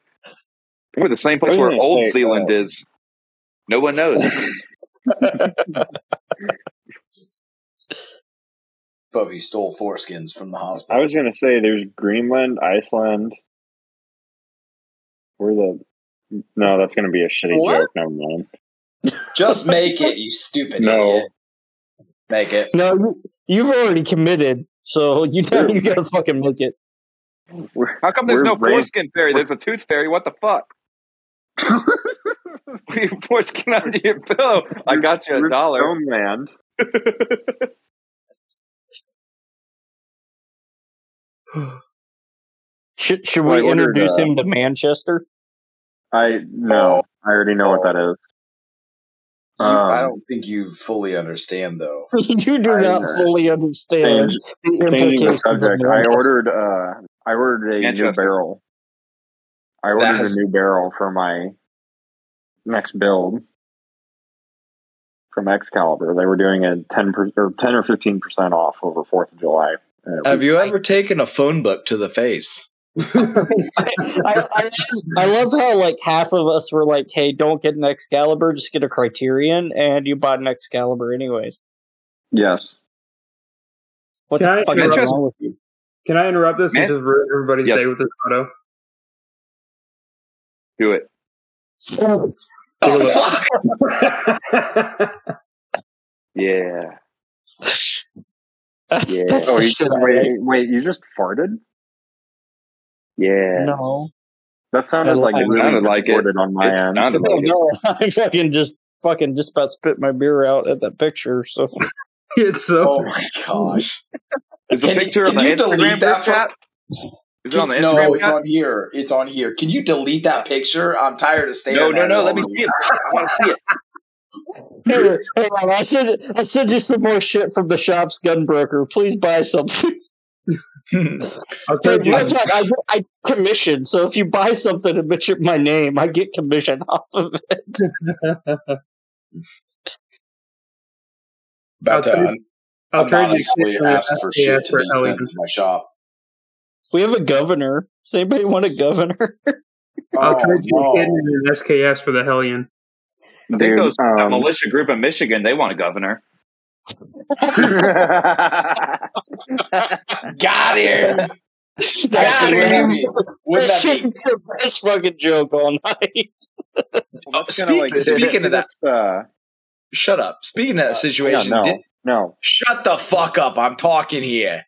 S5: We're the same place
S3: I was
S5: where
S3: gonna
S5: Old
S3: say,
S5: Zealand
S3: uh,
S5: is. No one knows.
S4: Bubby stole foreskins from the hospital.
S3: I was gonna say there's Greenland, Iceland. Where the No, that's going to be a shitty
S6: What?
S3: joke. Never mind.
S4: Just make it, you stupid
S3: No.
S4: idiot. Make it.
S6: No, you, you've already committed, so [laughs] you know you gotta fucking make it.
S3: We're,
S5: How come there's
S3: We're
S5: no
S3: raised-
S5: foreskin fairy? There's a tooth fairy. What the fuck? [laughs] Put your foreskin under your pillow. I got you a
S3: we're
S5: dollar.
S3: Stoneland.
S6: Should should
S3: Well, I
S6: we
S3: ordered,
S6: introduce
S3: uh,
S6: him to Manchester? [laughs]
S3: I no. I already know what
S4: Oh.
S3: that is.
S4: You,
S3: Um,
S4: I don't think you fully understand, though.
S6: you do
S3: I,
S6: not
S3: uh,
S6: fully understand
S3: change-
S6: the
S3: Changing the
S6: implications of
S3: subject. I
S6: Manchester.
S3: ordered. Uh, I ordered a new
S5: Manchester.
S3: barrel. I ordered
S4: That's-
S3: a new barrel for my next build from Excalibur. They were doing a ten per, or ten or fifteen percent off over Fourth of July. Uh, And it was-
S4: Have you ever taken a phone book to the face?
S6: [laughs] I, I, I love how like half of us were like, "Hey, don't get an Excalibur, just get a Criterion," and you bought an Excalibur anyways.
S3: yes.
S6: What
S7: Can I
S6: the fuck is
S7: interrupt?
S6: wrong with you?
S7: Can I interrupt this
S5: Man-
S7: and just ruin everybody's
S5: Yes.
S7: day with this photo?
S5: Do it.
S4: Oh, fuck!
S3: Oh,
S5: Yeah.
S6: [laughs] That's,
S5: Yeah.
S6: that's
S3: Oh,
S6: the
S3: you,
S6: shit I
S3: wait, wait! You just farted?
S5: Yeah.
S6: No,
S3: That sounded
S6: I-
S3: like
S6: I-
S3: it
S6: It
S5: sounded
S3: really
S5: like it.
S3: distorted on
S5: it
S3: my end.
S5: sounded
S6: no,
S5: like it.
S6: no. [laughs] I fucking just fucking just about spit my beer out at that picture. So
S7: [laughs] it's so
S4: Oh my gosh!
S5: Is the
S4: Can you-
S5: picture on the
S4: can you
S5: Instagram
S4: delete that
S5: group chat? Is it on the Instagram
S4: no, it's
S5: chat?
S4: on here. It's on here. Can you delete that picture? I'm tired of staring.
S5: No, no,
S4: at
S5: no.
S4: it
S5: Let me
S4: all
S5: see it. I want to see
S6: [laughs]
S5: it.
S6: [laughs] hey, hang on, I send I send you some more shit from the shop's gun broker. Please buy [laughs] something.
S7: [laughs] I'll
S6: Hey,
S7: trade
S6: [laughs]
S7: you
S6: that's right. I, get- I commission. So if you buy something and mention my name, I get commission [laughs] off of it.
S4: About
S7: I'll
S4: to
S7: trade-
S4: un-
S7: I'll trade you
S4: anonymously
S7: picture
S4: ask for shit to
S7: for
S4: be
S7: Ellie.
S4: sent to my shop.
S6: We have a governor. Does anybody want a governor? [laughs]
S7: I'll
S4: Oh,
S7: trade you a kid
S4: no.
S7: and an SKS for the Hellion.
S5: I think
S3: Dude,
S5: those that
S3: um, [laughs]
S5: militia group in Michigan, they want a governor.
S4: Got
S5: [laughs]
S4: him!
S6: That's
S4: Actually, wouldn't that be, wouldn't that
S6: that should
S4: be
S6: be [laughs] the best fucking joke all night.
S4: Oh, speak-
S5: [laughs]
S4: speaking of that,
S3: [laughs] uh,
S4: shut up. Speaking
S5: Uh,
S4: of that
S3: yeah,
S4: situation,
S3: no,
S4: did-
S3: no.
S4: shut the fuck up. I'm talking here.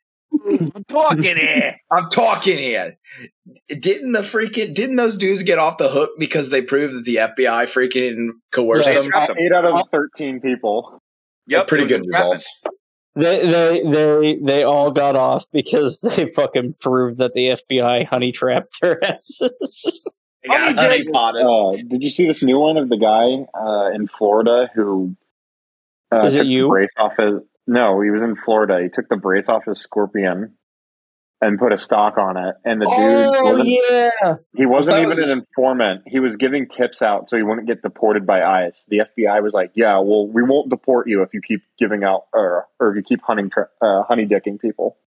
S5: Talking here.
S4: [laughs] I'm talking here. Didn't the freaking didn't those dudes get off the hook because they proved that the FBI freaking coerced
S6: Yes.
S4: them?
S5: Got them.
S3: Eight out of the thirteen people.
S5: Yep.
S4: Pretty
S5: it was
S4: good
S5: a weapon.
S4: results.
S6: They, they, they, they all got off because [laughs] they fucking proved that the FBI honey trapped their asses.
S4: They
S5: Oh,
S4: got honey potted.
S3: Uh, did you see this new one of the guy uh, in Florida who uh,
S6: Is it
S3: took
S6: you?
S3: the brace off his? No, he was in Florida. He took the brace off his scorpion and put a stock on it. And the dude,
S6: oh
S3: wasn't-
S6: yeah.
S3: he wasn't
S4: That
S3: even
S4: was
S3: an
S4: his-
S3: informant. He was giving tips out so he wouldn't get deported by ICE. The FBI was like, "Yeah, well, we won't deport you if you keep giving out or or if you keep hunting tra- uh, honey dicking people."
S4: [laughs]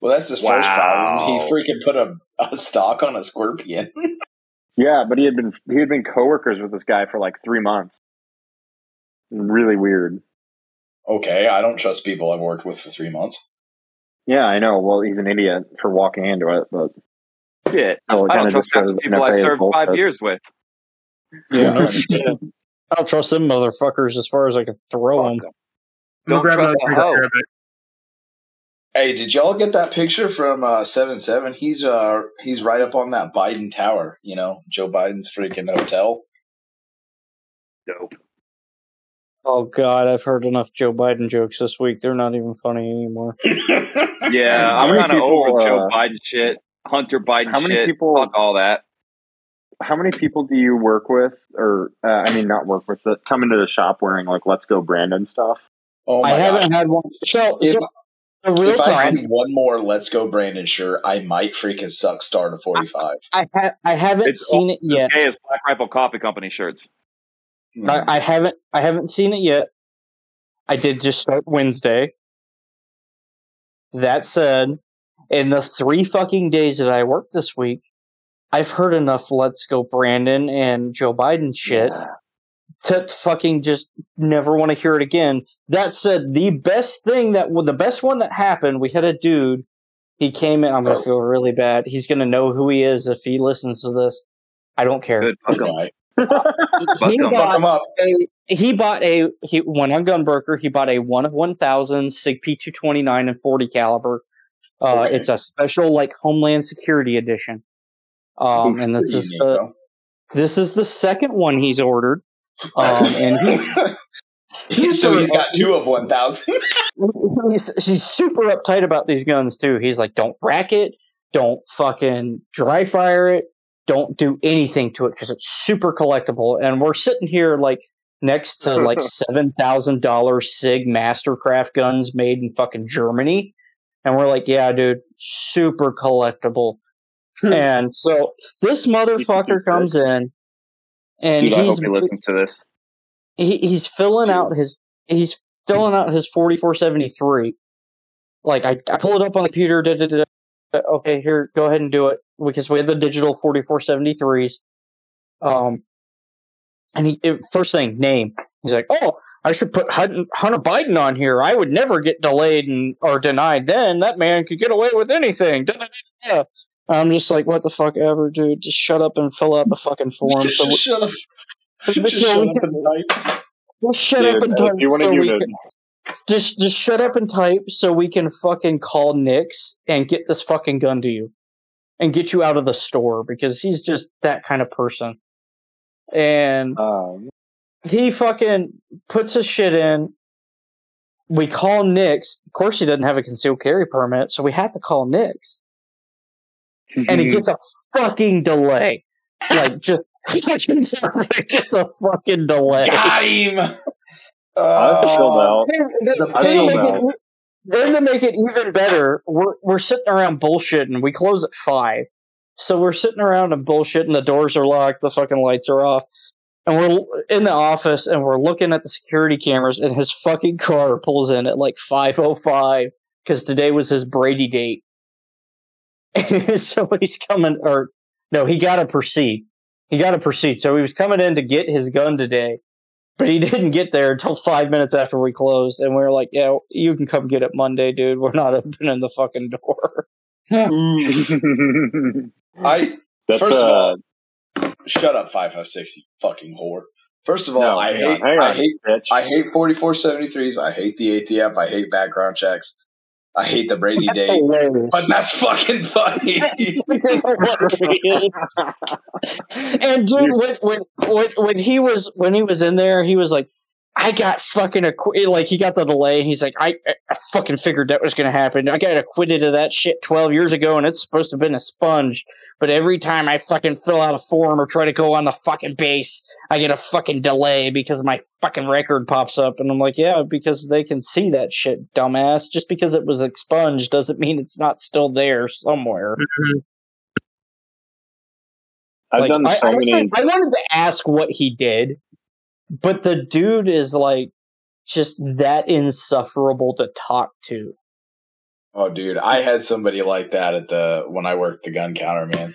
S4: Well, that's his first problem. He freaking put a, a stock on a scorpion.
S3: Yeah, but he had been he had been coworkers with this guy for like three months. Really weird.
S4: okay, I don't trust people I've worked with for three months.
S3: Yeah, I know. Well, he's an idiot for walking into it, but
S5: Shit.
S3: still, it
S5: I don't
S3: kinda
S5: trust
S3: just
S5: half
S3: shows
S5: the people
S3: NFA
S5: I
S3: is
S5: served
S3: bullshit.
S5: five years with.
S4: Yeah.
S6: Oh, I don't trust them motherfuckers as far as I can throw
S5: Fuck
S6: them.
S5: 'em.
S7: I'm
S5: Don't
S7: gonna grab
S5: trust
S7: another
S5: a
S7: drink. I'll
S5: hoe.
S7: grab it.
S4: Hey, did y'all get that picture from uh, seven seven? He's uh he's right up on that Biden tower. You know, Joe Biden's freaking hotel.
S5: Dope.
S6: Oh god, I've heard enough Joe Biden jokes this week. They're not even funny anymore.
S4: [laughs]
S5: Yeah,
S3: How
S5: I'm
S3: many
S5: kind of
S3: people,
S5: over Joe
S3: uh,
S5: Biden shit, Hunter Biden
S3: how many
S5: shit,
S3: people-
S5: fuck all that.
S3: How many people do you work with, or uh, I mean, not work with, that come into the shop wearing like "Let's Go Brandon" stuff?
S4: Oh
S6: I
S4: my gosh!
S6: haven't had one. So,
S4: If-
S6: so in real
S4: If I
S6: time,
S4: see one more "Let's Go Brandon" shirt, I might freaking suck star to forty five.
S6: I ha- I haven't
S5: It's
S6: seen it
S5: Yeah.
S6: yet.
S5: Gay as Black Rifle Coffee Company shirts. Mm.
S6: I, I haven't I haven't seen it yet. I did just start Wednesday. That said, in the three fucking days that I worked this week, I've heard enough Let's Go Brandon and Joe Biden shit to fucking just never want to hear it again. That said, the best thing that well, the best one that happened, we had a
S5: Oh.
S6: dude. He came in. I'm gonna feel really bad. He's gonna know who he is if he listens to this. I don't care.
S5: Good. Fuck 'em.
S4: Right.
S5: Fuck
S6: He
S5: 'em.
S6: got-
S4: Fuck him up.
S6: a- he bought a he went on Gunbroker. He bought a one of one thousand Sig P two twenty nine and forty caliber. Uh,
S4: Okay.
S6: It's a special like Homeland Security edition. Um, and this is the this is the second one he's ordered. Um,
S4: Oh.
S6: and he,
S4: [laughs] so he's got two of one [laughs] thousand.
S6: he's, he's super uptight about these guns too. He's like, don't rack it, don't fucking dry fire it, don't do anything to it because it's super collectible. And we're sitting here like next to like
S5: [laughs]
S6: seven thousand dollar Sig Mastercraft guns made in fucking Germany, and we're like, yeah, dude, super
S5: [laughs]
S6: collectible. and so this motherfucker comes in, and
S5: Dude, I hope
S6: he's
S5: he listens to this.
S6: he, he's filling out his he's filling out his 4473 like i, I pull it up on the computer da, da, da, da. okay here go ahead and do it because we have the digital 4473s um and he it- first thing name he's like oh i should put Hun- hunter biden on here i would never get delayed and or denied then that man could get away with anything da, da, da, da." i'm just like what the fuck ever dude just shut up and fill out the fucking form so we-
S4: shut up. Just
S6: so
S4: shut
S6: we
S4: up
S6: can-
S4: and type.
S6: just shut
S3: Dude,
S6: up and
S3: if
S6: type.
S3: you want to
S6: so
S3: do
S6: we
S3: this,
S6: can, just just shut up and type so we can fucking call Nix and get this fucking gun to you, and get you out of the store because he's just that kind of person. And
S3: um,
S6: he fucking puts his shit in. We call Nix. Of course, he doesn't have a concealed carry permit, so we had to call Nix and
S3: Mm-hmm.
S6: it gets a fucking delay. Like just [laughs] it gets a fucking
S4: [laughs]
S6: delay.
S4: Got him.
S3: I've chilled
S4: Uh,
S6: [laughs]
S3: out. [laughs]
S6: Then,
S4: The
S6: then to
S4: pain.
S6: make it, then to make it even better, we're we're sitting around bullshitting. We close at five, so we're sitting around and bullshitting. The doors are locked, the fucking lights are off, and we're l- in the office and we're looking at the security cameras. And his fucking car pulls in at like five oh five because today was his Brady date. [laughs] so he's coming, or no, he got to proceed. He got to proceed. So he was coming in to get his gun today, but he [laughs] didn't get there until five minutes after we closed. And we were like, yeah, you can come get it Monday, dude. We're not [laughs] opening the fucking door.
S4: I
S3: That's
S4: First of
S3: uh,
S4: all, shut up. Five five six. You fucking whore. First of all,
S3: no,
S4: I
S3: hang on,
S4: hate.
S3: hang
S4: I
S3: on,
S4: hate.
S3: bitch.
S4: I hate forty four seventy threes. I hate the ATF. I hate background checks. I hate the Brady
S6: That's
S4: date.
S6: hilarious.
S4: But that's [laughs] fucking funny.
S6: and dude, when, when when when he was when he was in there, he was like, "I got fucking acqu-, like he got the delay." He's like, I, "I fucking figured that was gonna happen. I got acquitted of that shit twelve years ago, and it's supposed to have been a sponge. But every time I fucking fill out a form or try to go on the fucking base, I get a fucking delay because my fucking record pops up." And I'm like, "Yeah, because they can see that shit, dumbass. Just because it was expunged doesn't mean it's not still there somewhere."
S3: I've
S6: Like,
S3: done
S6: I,
S3: so
S6: I was
S3: many.
S6: like- I wanted to ask what he did, but the dude is like just that insufferable to talk to.
S4: Oh, dude, I had somebody like that at the when I worked the gun counter, man.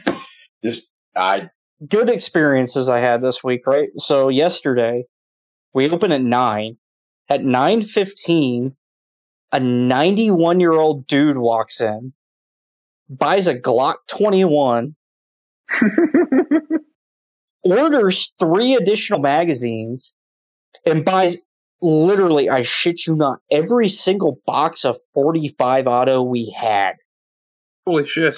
S4: Just I
S6: Good experiences I had this week, right? So yesterday, we open at nine. At nine fifteen, a ninety-one year old dude walks in, buys a Glock twenty-one, orders three additional magazines and buys literally, I shit you not, every single box of 45 auto we had.
S7: Holy shit.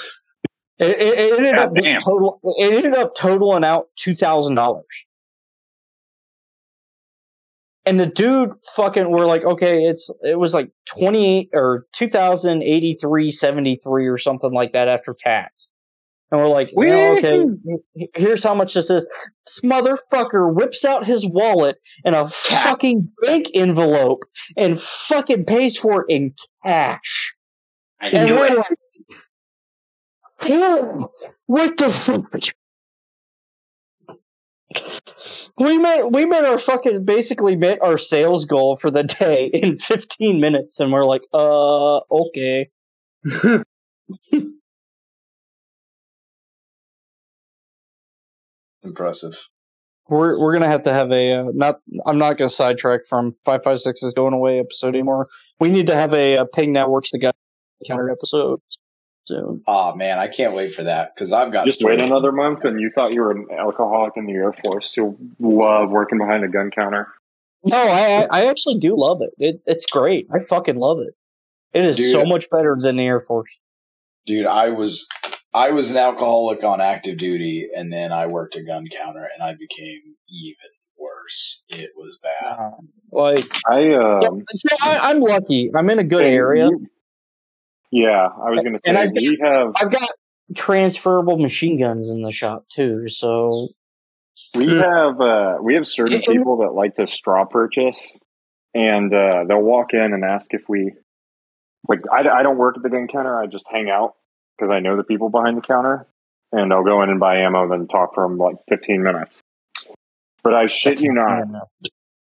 S6: It, it, it ended up being
S5: Goddamn.
S6: total. It ended up totaling out two thousand dollars. And the dude fucking we're like, okay, it's it was like twenty eight or two thousand eighty three seventy three or something like that after tax. And we're like, yeah, okay, here's how much this is. This motherfucker whips out his wallet and a fucking bank envelope and fucking pays for it in cash.
S4: I
S6: And
S4: knew
S6: we're
S4: it.
S6: like, "Whoa, what the fuck? We met we met our fucking basically met our sales goal for the day [laughs] in 15 minutes, and we're like, uh, okay.
S4: Impressive.
S6: We're we're gonna have to have a uh, not. I'm not gonna sidetrack from five five six is going away episode anymore. We need to have a, uh ping that works the guy counter episode. soon.
S4: Oh man, I can't wait for that because I've got
S3: Just
S4: stories.
S3: wait another month, and you thought you were an alcoholic in the Air Force. You'll love working behind a gun counter.
S6: No, I I actually do love it. it it's great. I fucking love it. It is
S4: Dude.
S6: so much better than the Air Force.
S4: dude. I was I was an alcoholic on active duty, and then I worked a gun counter, and I became even worse. It was bad.
S6: Like,
S3: I um,
S6: so I, I'm lucky. I'm in a good
S3: and
S6: area.
S3: you- yeah, I was going to say
S6: And I've-
S3: we have
S6: I've got transferable machine guns in the shop too. So
S3: we
S6: Mm.
S3: have uh, we have certain
S6: Yeah.
S3: people that like to straw purchase, and uh, they'll walk in and ask if we like. I, I don't work at the gun counter. I just hang out because I know the people behind the counter, and I'll go in and buy ammo, then talk for them like fifteen minutes. But I shit
S6: that's
S3: you not.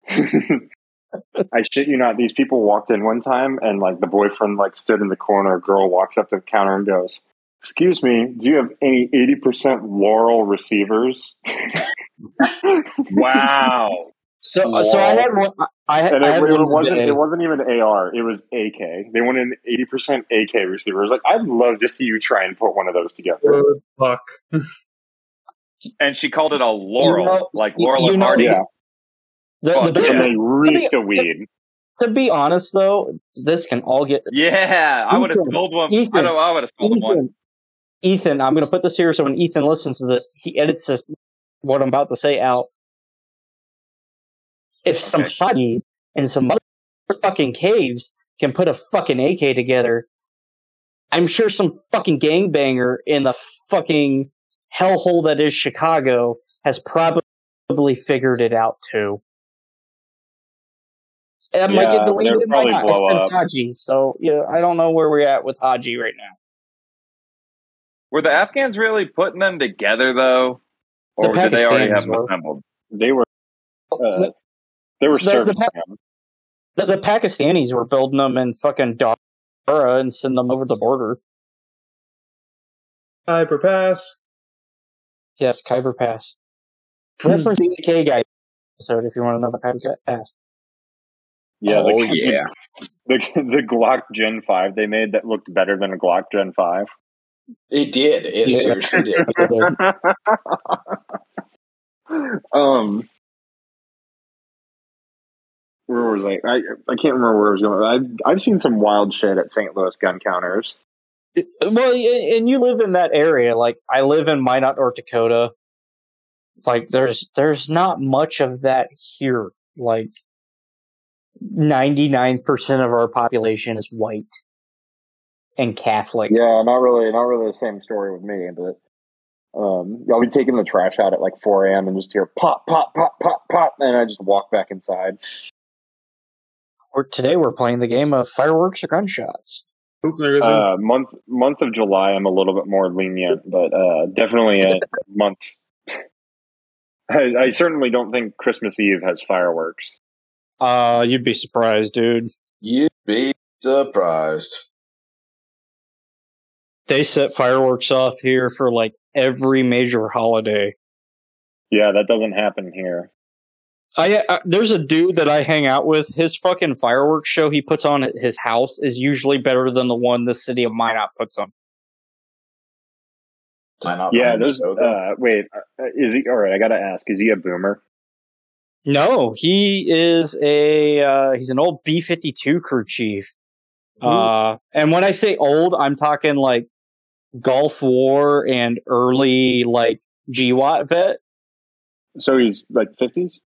S6: fair enough.
S3: I shit you not. These people walked in one time, and like the boyfriend like stood in the corner. A girl walks up to the counter and goes, "Excuse me, do you have any eighty percent Laurel receivers?"
S5: Wow.
S6: So so I had one. I had,
S3: And
S6: I
S3: it,
S6: had
S3: it
S6: one
S3: wasn't.
S6: today.
S3: It wasn't even AR. It was AK. They wanted an eighty percent AK receivers. Like I'd love to see you try and put one of those together.
S7: Good luck.
S5: And she called it a Laurel,
S6: You know-
S5: like Laurel
S6: you
S5: and
S6: know-
S5: Hardy. [laughs]
S3: Yeah,
S6: The- the
S5: Fuck
S6: best-
S3: and they reeked a weed.
S6: to be honest though, this can all get
S5: Yeah, I would have
S6: Ethan,
S5: sold one. I
S6: Ethan,
S5: know I would have sold one.
S6: Ethan. Ethan, I'm going to put this here so when Ethan listens to this, he edits this what I'm about to say out. If some
S5: Okay.
S6: hotties and some motherfucking caves can put a fucking AK together, I'm sure some fucking gangbanger in the fucking hellhole that is Chicago has probably figured it out too. It might
S3: Yeah,
S6: get deleted.
S3: they'll
S6: It might
S3: probably
S6: not. I
S3: blow
S6: said
S3: up.
S6: Haji, so yeah, I don't know where we're at with Haji right now.
S5: Were the Afghans really putting them together though, or
S6: The
S5: did they already
S6: Pakistanis
S5: have them
S6: were.
S5: assembled?
S3: They were. Uh,
S6: The-
S3: they were
S6: the- the
S3: serving
S6: pa-
S3: them.
S6: The, the Pakistanis were building them in fucking Dara and sending them over the border.
S7: Hyper pass.
S6: Yes, Khyber Pass.
S3: Hmm.
S6: Reference the AK guy episode if you want to know about Khyber Pass.
S3: Yeah, the-
S4: oh yeah.
S3: [laughs] the the Glock Gen Five they made that looked better than a Glock Gen Five.
S4: It did. It
S6: Yeah.
S4: seriously
S3: [laughs]
S4: did.
S3: um, where was I? I I can't remember where I was going. I've I've seen some wild shit at St. Louis gun counters.
S6: Well, y- and you live in that area. Like I live in Minot, North Dakota. Like there's there's not much of that here. Like ninety nine percent of our population is white and Catholic.
S3: Yeah, not really, not really the same story with me. But um, I'll be taking the trash out at like 4 a.m. and just hear pop, pop, pop, pop, pop, and I just walk back inside.
S6: We're, today we're playing the game of fireworks or gunshots.
S7: Oop, there goes one.
S3: Uh, month month of July, I'm a little bit more lenient, but uh, definitely in months. I, I certainly don't think Christmas Eve has fireworks.
S6: Uh, you'd be surprised, dude.
S4: You'd be surprised.
S6: They set fireworks off here for like every major holiday.
S3: Yeah, that doesn't happen here.
S6: I, I there's a dude that I hang out with. His fucking fireworks show he puts on at his house is usually better than the one the city of Minot puts on.
S4: Am I not
S3: Yeah,
S4: on the
S3: those.
S4: show, though?
S3: Uh, wait, uh, is he all right? I gotta ask. Is he a boomer?
S6: No, he is a uh, he's an old B fifty two crew chief. Uh, and when I say old, I'm talking like Gulf War and early like GWAT vet.
S3: So he's like fifties.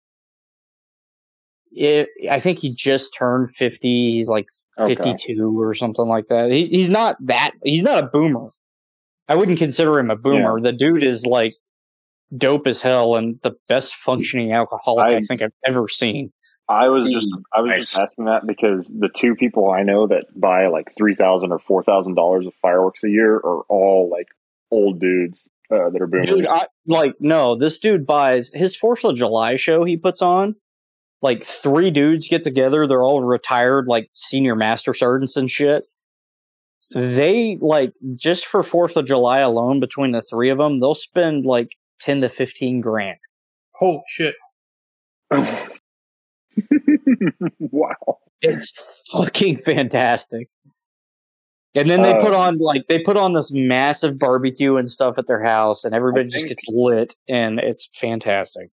S6: It, I think he just turned fifty. He's like fifty two or something like that. He, he's not that. He's not a boomer. I wouldn't consider him a boomer. The dude is like dope as hell and the best functioning alcoholic I,
S3: I-
S6: think I've ever seen.
S3: I was just I was just
S5: Nice.
S3: asking that because the two people I know that buy like three thousand or four thousand dollars of fireworks a year are all like old dudes uh, that are boomers. [laughs]
S6: Dude, I like no. This dude buys his Fourth of July show he puts on. Like three dudes get together. They're all retired, like senior master sergeants and shit. They like just for Fourth of July alone, between the three of them, they'll spend like ten to fifteen grand.
S7: Holy shit.
S3: wow.
S6: It's fucking fantastic. And then they
S3: Oh.
S6: put on like they put on this massive barbecue and stuff at their house, and everybody just
S3: think-
S6: gets lit, and it's fantastic.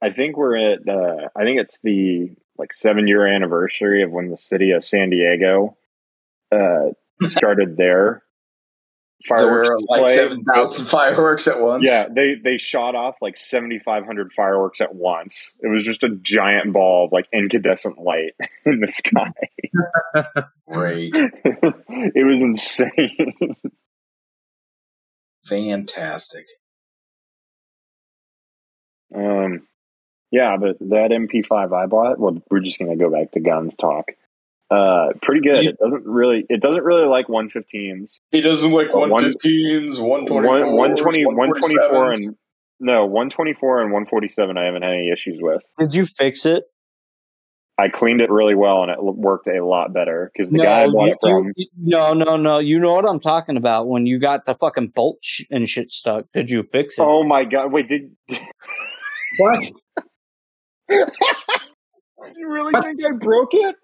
S3: I think we're at. Uh, I think it's the like seven year anniversary of when the city of San Diego uh, started their
S4: there were like
S3: display.
S4: seven thousand [laughs] fireworks at once.
S3: Yeah, they they shot off like seventy five hundred fireworks at once. It was just a giant ball of like incandescent light [laughs] in the sky.
S4: great,
S3: it was insane. [laughs]
S4: fantastic.
S3: Um, yeah, but that MP5 I bought. Well, we're just gonna go back to guns talk. Uh, pretty good.
S4: You-
S3: it doesn't really. It doesn't really like 115s.
S8: He doesn't like
S3: One-
S8: 115s, 124s,
S3: One- 120, 124
S8: 127s.
S3: and no 124 and 147. I haven't had any issues with.
S6: Did you fix it?
S3: I cleaned it really well, and it l- worked a lot better because the guy I bought
S6: you-
S3: it from.
S6: you- no, no, no. You know what I'm talking about when you got the fucking bolt sh- and shit stuck. Did you fix it?
S3: oh my god! Wait, did
S7: What?
S3: you really
S7: What?
S3: think I broke it?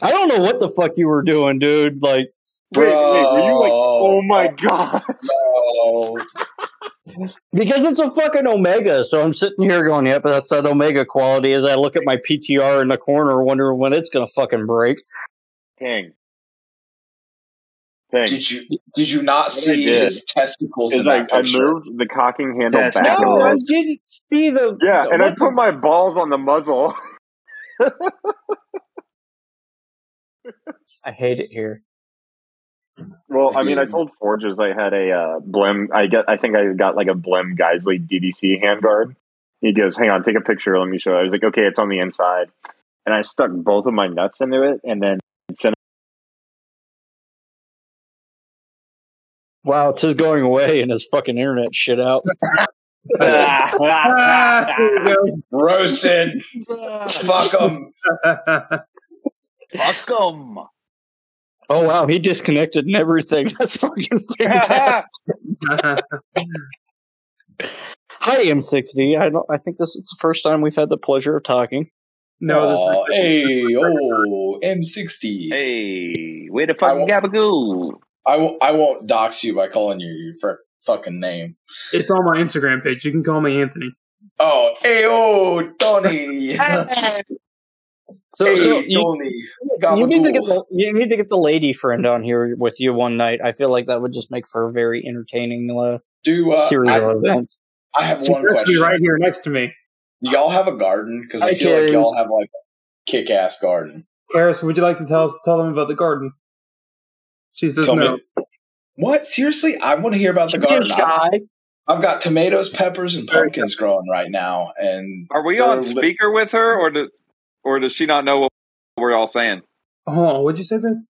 S6: I don't know what the fuck you were doing, dude. Like,
S3: Wait, wait, were you like?
S4: Bro.
S3: Oh my god! [laughs]
S4: No.
S6: because it's a fucking Omega. So I'm sitting here going, yep, that's that Omega quality as I look at my PTR in the corner, wondering when it's going to fucking break.
S3: Dang. Dang.
S4: Did you did you not see
S3: did.
S4: his testicles
S3: Is
S4: in
S3: I,
S4: that
S3: I
S4: picture?
S3: moved the cocking handle
S2: Yes.
S3: back
S6: no,
S3: and
S6: I
S3: forth.
S6: didn't see the.
S3: Yeah, and I
S6: what
S3: put my balls on the muzzle. [laughs]
S6: the- I hate it here.
S3: well, I mean, I
S4: Mhm.
S3: told Forges I had a uh, Blim. I get. I think I got like a Blim Geisley DDC handguard. He goes, "Hang on, take a picture. Let me show." you." I was like, "Okay, it's on the inside," and I stuck both of my nuts into it, and then sent.
S6: Wow, it's his going away and his fucking internet shit out. [laughs]
S7: Ah,
S5: [laughs]
S7: there you go.
S4: Roasted. Fuck
S6: [laughs]
S4: them.
S2: Fuck them.
S6: Oh wow, he disconnected and everything. [laughs] That's fucking [laughs] fantastic. Hi, M60. I don't. I think this is the first time we've had the pleasure of talking.
S7: [laughs] no, this
S4: Aw, hey, oh,
S5: [laughs]
S4: M60.
S5: Hey, way to
S4: I
S5: fucking
S4: won't-
S5: gabagoo.
S4: I won't. I won't dox you by calling you your fr- fucking name.
S7: it's on my Instagram page. You can call me Anthony.
S4: Oh, hey, oh, Tony.
S6: So,
S4: hey,
S6: so you,
S4: Tony.
S6: you need to get
S4: Gabagool.
S6: the you need to get the lady friend on here with you one night. I feel like that would just make for a very entertaining uh,
S4: Do uh,
S6: series
S4: I,
S6: of events.
S4: I have
S7: She
S4: one
S7: has to be
S4: question.
S7: right here next to me.
S4: Do y'all have a garden? Because I
S6: Hi,
S4: feel
S6: Karis.
S4: like y'all have like a kick-ass garden.
S7: Karis, would you like to tell us tell them about the garden? She says
S4: Tell
S7: no.
S4: me. What? Seriously? I want to hear about the garden. I,
S6: Shy.
S4: I've got tomatoes, peppers, and pumpkins growing right now, and
S6: Uh,
S5: Are we
S4: they're
S5: on
S4: li-
S5: speaker with her, or do, or does she not know what we're all saying?
S7: Hold on, what'd you say, Ben?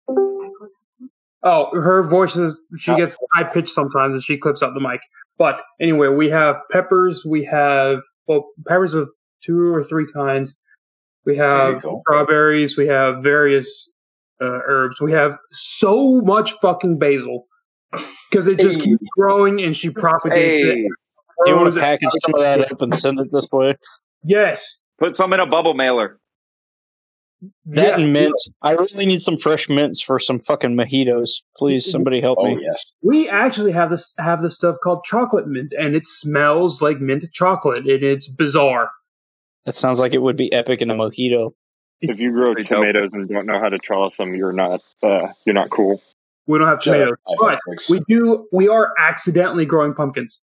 S7: Oh, her voice is
S4: Ah.
S7: she gets high pitched sometimes and she clips out the mic. But anyway, we have peppers, we have well peppers of two or three kinds. We
S4: There you
S7: have
S4: go.
S7: strawberries, we have various uh, herbs, we have so much fucking basil. Because it just
S4: Hey.
S7: keeps growing and she propagates it.
S5: Hey,
S6: Do you want
S7: grows
S6: to
S7: it.
S6: package some of that up and send it this way?
S7: Yes.
S5: put some in a bubble mailer.
S4: [laughs]
S6: That
S7: yes.
S6: and mint. I really need some fresh mints for some fucking mojitos. Please, somebody help
S4: Oh
S6: me.
S4: yes.
S7: We actually have this have this stuff called chocolate mint, and it smells like mint chocolate, and it's bizarre.
S6: That sounds like it would be epic in a mojito.
S3: If
S7: It's,
S3: you grow
S5: Pretty dope.
S3: tomatoes and don't know how to trellis them, you're not. Uh, you're not cool.
S7: we don't have
S4: Shut
S7: tomatoes,
S4: up. I have
S7: but
S4: six.
S7: we do. We are accidentally growing pumpkins.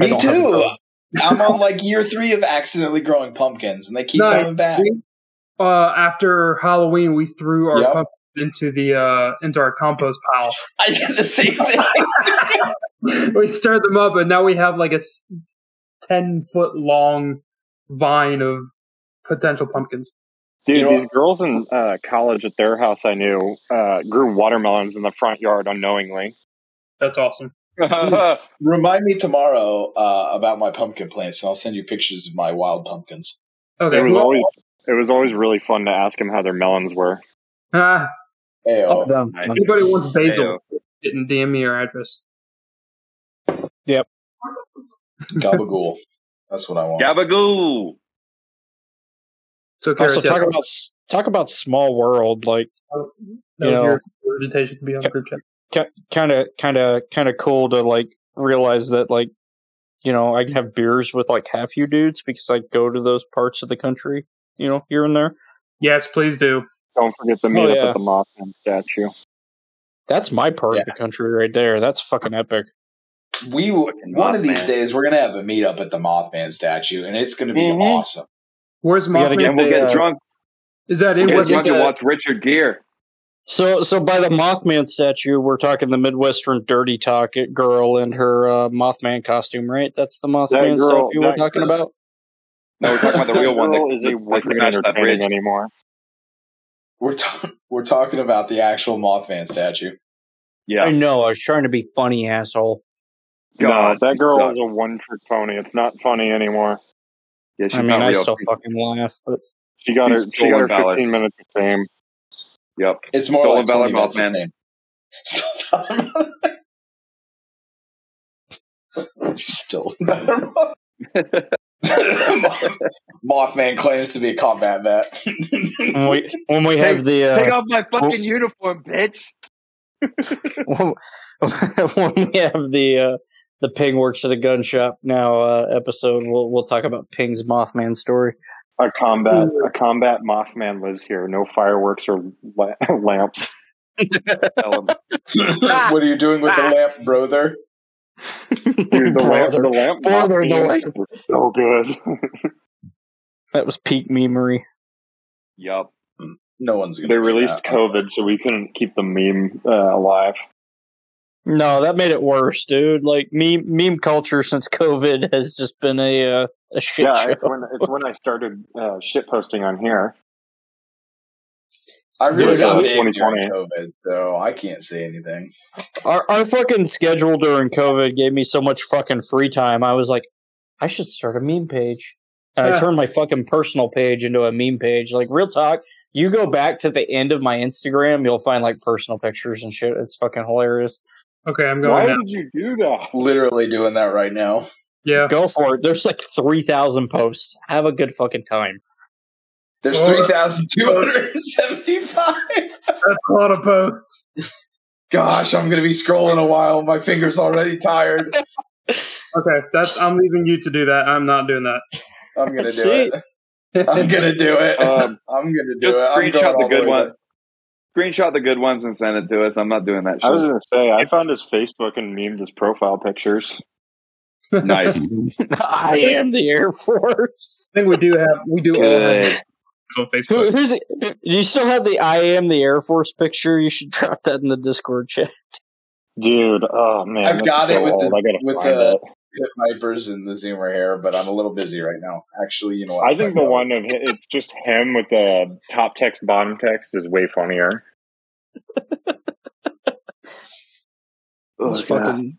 S6: I
S4: Me
S6: don't have a
S4: too.
S6: garden.
S4: I'm
S6: [laughs]
S4: on like year three of accidentally growing pumpkins, and they keep
S7: No,
S4: coming back.
S7: we- Uh, after Halloween, we threw our
S4: Yep.
S7: pumpkins into the uh, into our compost pile.
S4: I did the same
S6: [laughs]
S4: thing.
S7: [laughs] we stirred them up, and now we have like a s- ten foot long vine of potential pumpkins.
S3: Dude,
S4: You know
S3: these
S4: what?
S3: girls in uh, college at their house I knew uh, grew watermelons in the front yard unknowingly.
S7: That's awesome.
S4: Remind me tomorrow uh, about my pumpkin plants, and I'll send you pictures of my wild pumpkins.
S7: Okay.
S3: It was
S7: well,
S3: always it was always really fun to ask them how their melons were.
S7: ah,
S4: Ayo.
S6: Dumb.
S5: nice.
S7: anybody wants basil,
S5: Ayo.
S7: didn't DM me your address.
S6: [laughs]
S4: Gabagool. That's what I want.
S5: Gabagoo.
S7: So, Karis,
S6: Also,
S7: yeah.
S6: talk about talk about small world. Like
S7: That
S6: You
S7: was
S6: know.
S7: your invitation to be on the group chat.
S6: kind of kind of kind of cool to like realize that like you know i can have beers with like half you dudes because i go to those parts of the country you know here and there
S7: Yes, please do.
S3: Don't forget to meet
S6: Oh,
S3: up
S6: yeah.
S3: at the Mothman
S5: [laughs]
S3: statue.
S6: that's my part of the country right there that's fucking epic
S4: We will,
S5: Fucking
S4: one of these
S5: Mothman.
S4: days we're gonna have a meetup at the Mothman statue, and it's gonna be
S2: Mhm.
S4: awesome.
S7: Where's
S6: We gotta
S7: Mothman?
S6: get-
S5: and we'll
S6: the,
S5: get
S6: uh,
S5: drunk.
S7: Is that in
S6: Yeah,
S5: We'll get
S7: West?
S6: get
S5: drunk and
S6: the-
S5: watch Richard Gere.
S6: so so by the mothman statue we're talking the midwestern dirty talk girl in her uh, mothman costume right that's the mothman
S3: girl-
S6: statue we're
S3: that
S6: talking
S4: girl-
S6: about
S5: No, we're talking about the real one. [laughs]
S3: Girl
S5: That,
S3: is a
S5: that, that
S3: wicked
S5: crashed that
S3: entertaining
S5: bridge.
S3: anymore.
S4: We're ta- [laughs] we're talking about the actual Mothman statue.
S5: Yeah.
S6: i know i was trying to be funny asshole
S5: God,
S3: no, that
S5: you
S3: girl
S5: suck.
S3: is a one trick pony. It's not funny anymore.
S5: Yeah,
S6: i
S5: she's
S6: mean
S5: not
S6: i
S5: real.
S6: still
S5: She's-
S6: fucking laugh but
S3: She got
S5: She's
S3: her. She got
S5: stolen
S3: her
S5: valor.
S3: fifteen minutes of fame.
S5: Yep.
S4: It's more
S5: Stolen
S4: like
S5: Valor
S4: twenty minutes of
S5: Mothman.
S4: fame. Stolen Valor- Stolen Valor Moth- Mothman claims to be a combat vet.
S6: when we when we
S9: Take-
S6: have the uh,
S9: Take off my fucking uniform, bitch.
S6: when [laughs] when we have the uh, the ping works at a gun shop now uh, episode, we'll we'll talk about Ping's
S9: [laughs]
S6: Mothman story.
S3: A combat. A combat Mothman lives here. No fireworks or la- [laughs] lamps.
S4: what are you doing with the lamp, brother?
S3: Dude, the
S6: [laughs]
S3: lamp.
S6: Brother.
S3: The lamp.
S6: Brother, the
S3: Mothman
S6: lamp.
S3: were so good.
S6: That was peak memery.
S5: Yep.
S4: No one's gonna.
S3: [laughs] they
S4: do
S3: released
S4: that.
S3: COVID, so we couldn't keep the meme uh, alive.
S6: No, that made it worse, dude. Like meme meme culture since COVID has just been a uh, a shit
S3: yeah,
S6: show.
S3: it's when it's when I started uh, shit posting on here.
S4: I really
S6: Yeah,
S4: got
S6: so-
S4: big during
S3: 2020.
S4: COVID, so I can't say anything.
S6: Our our fucking schedule during COVID gave me so much fucking free time. I was like, I should start a meme page. And I
S7: Yeah.
S6: turned my fucking personal page into a meme page. Like real talk, you go back to the end of my Instagram, you'll find like personal pictures and shit. It's fucking hilarious.
S7: Okay, I'm
S3: Why
S7: going now.
S3: did you do that?
S4: Literally doing that right now.
S7: Yeah.
S6: Go for it. There's like three thousand posts. Have a good fucking time. [laughs]
S4: There's
S7: Oh.
S4: three thousand two hundred seventy-five.
S7: That's a lot of posts.
S4: Gosh, I'm gonna be scrolling a while. My fingers already tired.
S7: Okay, that's. I'm leaving you to do that. I'm not doing that.
S4: I'm gonna do
S6: See?
S4: it. I'm gonna do it.
S5: Um,
S4: [laughs] I'm gonna do
S5: Just
S4: it. I'm going
S5: screenshot the
S4: all
S5: good
S4: way
S5: one.
S4: back.
S5: Screenshot the good ones and send it to us. I'm not doing that
S3: I was
S5: shit.
S3: gonna say I found his Facebook and memed his profile pictures.
S4: [laughs]
S5: Nice.
S6: I am the Air Force.
S7: I think we do have. We do all have
S5: Good.
S6: Who, [laughs]
S7: on Facebook.
S6: who's do you still have the I am the Air Force picture? You should [laughs] drop that in the Discord chat.
S3: Dude, oh man,
S4: I've
S3: that's
S4: got it
S3: so
S4: with
S3: old.
S4: this-
S3: I gotta
S4: with
S3: find
S4: the-
S3: it.
S4: Pit Vipers and the Zoomer here, but I'm a little busy right now. Actually, you know what?
S3: I think
S4: [laughs]
S3: the
S4: I've got
S5: [laughs]
S3: one of hi- it's just him with the top text, bottom text is way funnier.
S6: It was fucking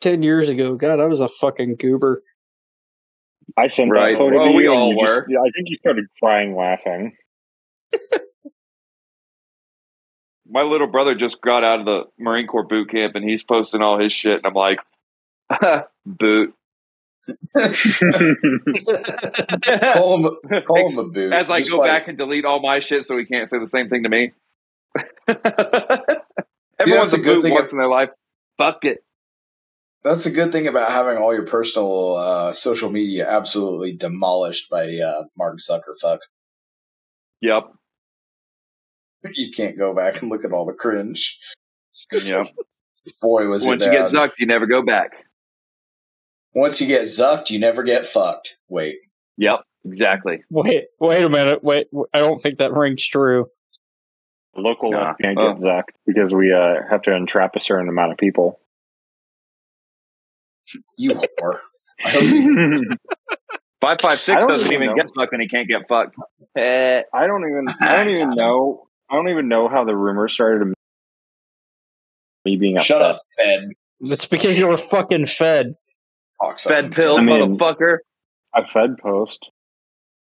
S6: ten years ago. God, I was a fucking goober.
S3: I sent
S5: Right.
S3: that photo
S5: Well,
S3: to you.
S5: we
S3: and
S5: all
S3: you just-
S5: were.
S3: yeah, I think you started crying laughing.
S5: My little brother just got out of the Marine Corps boot camp and he's posting all his shit. And I'm like, [laughs] boot.
S4: it. Call him, call him a boot.
S5: As I
S4: Just
S5: go
S4: like-
S5: back and delete all my shit so he can't say the same thing to me. [laughs]
S4: that's
S5: Everyone's
S4: the
S5: a
S4: good
S5: boot
S4: thing
S5: once in their life. Fuck it.
S4: That's the good thing about having all your personal uh, social media absolutely demolished by uh, Mark Zuckerfuck. [laughs]
S5: Yep.
S4: You can't go back and look at all the cringe.
S5: Yep.
S4: [laughs] Boy, was
S5: Once
S4: it
S5: you
S4: bad.
S5: get zucked, you never go back.
S4: Once you get zucked, you never get fucked. Wait,
S5: Yep. Exactly.
S6: Wait, wait a minute. Wait, I don't think that rings true.
S3: Local
S5: Nah.
S3: FBI
S5: Oh.
S3: gets zucked because we uh, have to entrap a certain amount
S5: [laughs]
S3: of [laughs] people.
S4: you
S5: [laughs]
S4: whore. I hope you-
S5: Five five
S3: I
S5: six
S3: don't
S5: doesn't
S3: even
S5: even
S3: know.
S5: get fucked and he can't get fucked. Eh.
S3: I don't even I don't even know I don't even know how the rumor started of me being upset.
S4: Shut up, Fed.
S6: It's because you were fucking fed.
S4: Fox
S5: fed
S4: up.
S5: pill,
S3: I mean-
S5: motherfucker.
S3: A Fed post.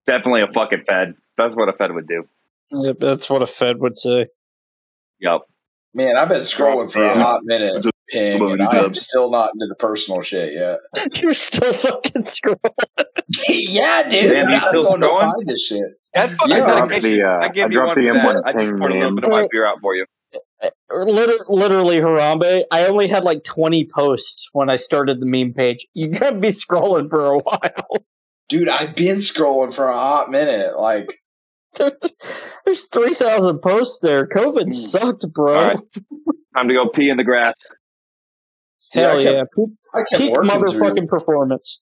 S5: Definitely a fucking fed. That's what a fed would do.
S6: Yep, That's what a fed would say. [laughs]
S5: Yep.
S4: Man, I've been scrolling for a
S3: Yeah.
S4: hot minute, Ping, and I am still not into the personal shit yet.
S6: You're still fucking screwed.
S4: [laughs] yeah, dude.
S5: Damn, you
S4: I'm
S5: still
S4: going to
S5: scrolling?
S4: buy this shit.
S5: That's fucking
S4: Yeah.
S5: dedication.
S3: The, uh,
S5: I
S3: I
S5: give you
S3: dropped
S5: one
S3: the
S5: for that.
S3: M1
S5: I just
S3: ping
S5: poured a little
S3: name.
S5: bit of my beer out for you.
S6: Liter- literally, Harambe. I only had like 20 posts when I started the meme page. You're gonna be scrolling for a [laughs] while.
S4: Dude, I've been scrolling for a hot minute. Like,
S6: There's 3,000 posts there. COVID sucked, bro.
S5: All right. Time to go pee in the grass.
S4: see,
S6: Hell
S4: I
S6: yeah.
S4: kept,
S6: Peak,
S4: I kept
S6: peak
S4: working through.
S6: motherfucking performance.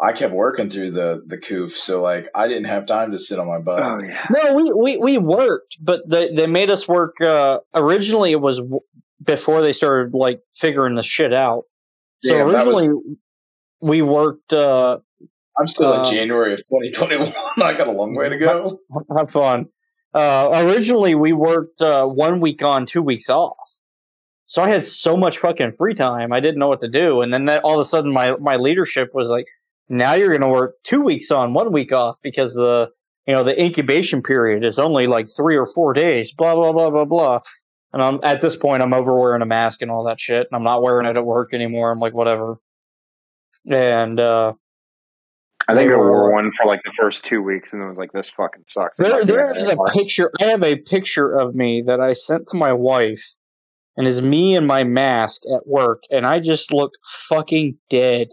S4: I kept working through the the coof, so like I didn't have time to sit on my butt.
S5: Oh yeah.
S6: No, we, we, we worked, but they, they made us work. Uh, originally, it was w- before they started like figuring the shit out. So
S4: Damn, that was-
S6: originally, we worked. Uh,
S4: I'm still in
S6: Uh,
S4: January of 2021. [laughs] I got a long way to go.
S6: [laughs] have fun. Uh, originally, we worked uh, one week on, two weeks off. So I had so much fucking free time. I didn't know what to do, and then that, all of a sudden, my my leadership was like, "Now you're going to work two weeks on, one week off because the you know the incubation period is only like three or four days." Blah blah blah blah blah. And I'm at this point, I'm over wearing a mask and all that shit, and I'm not wearing it at work anymore. I'm like, whatever. And uh,
S3: I think
S6: They
S3: I
S6: were
S3: wore
S6: like-
S3: one for like the first two weeks, and then was like, "This fucking sucks." I'm
S6: There,
S3: not
S6: there
S3: doing it
S6: is a
S3: anymore.
S6: picture. I have a picture of me that I sent to my wife, and is me and my mask at work, and I just look fucking dead.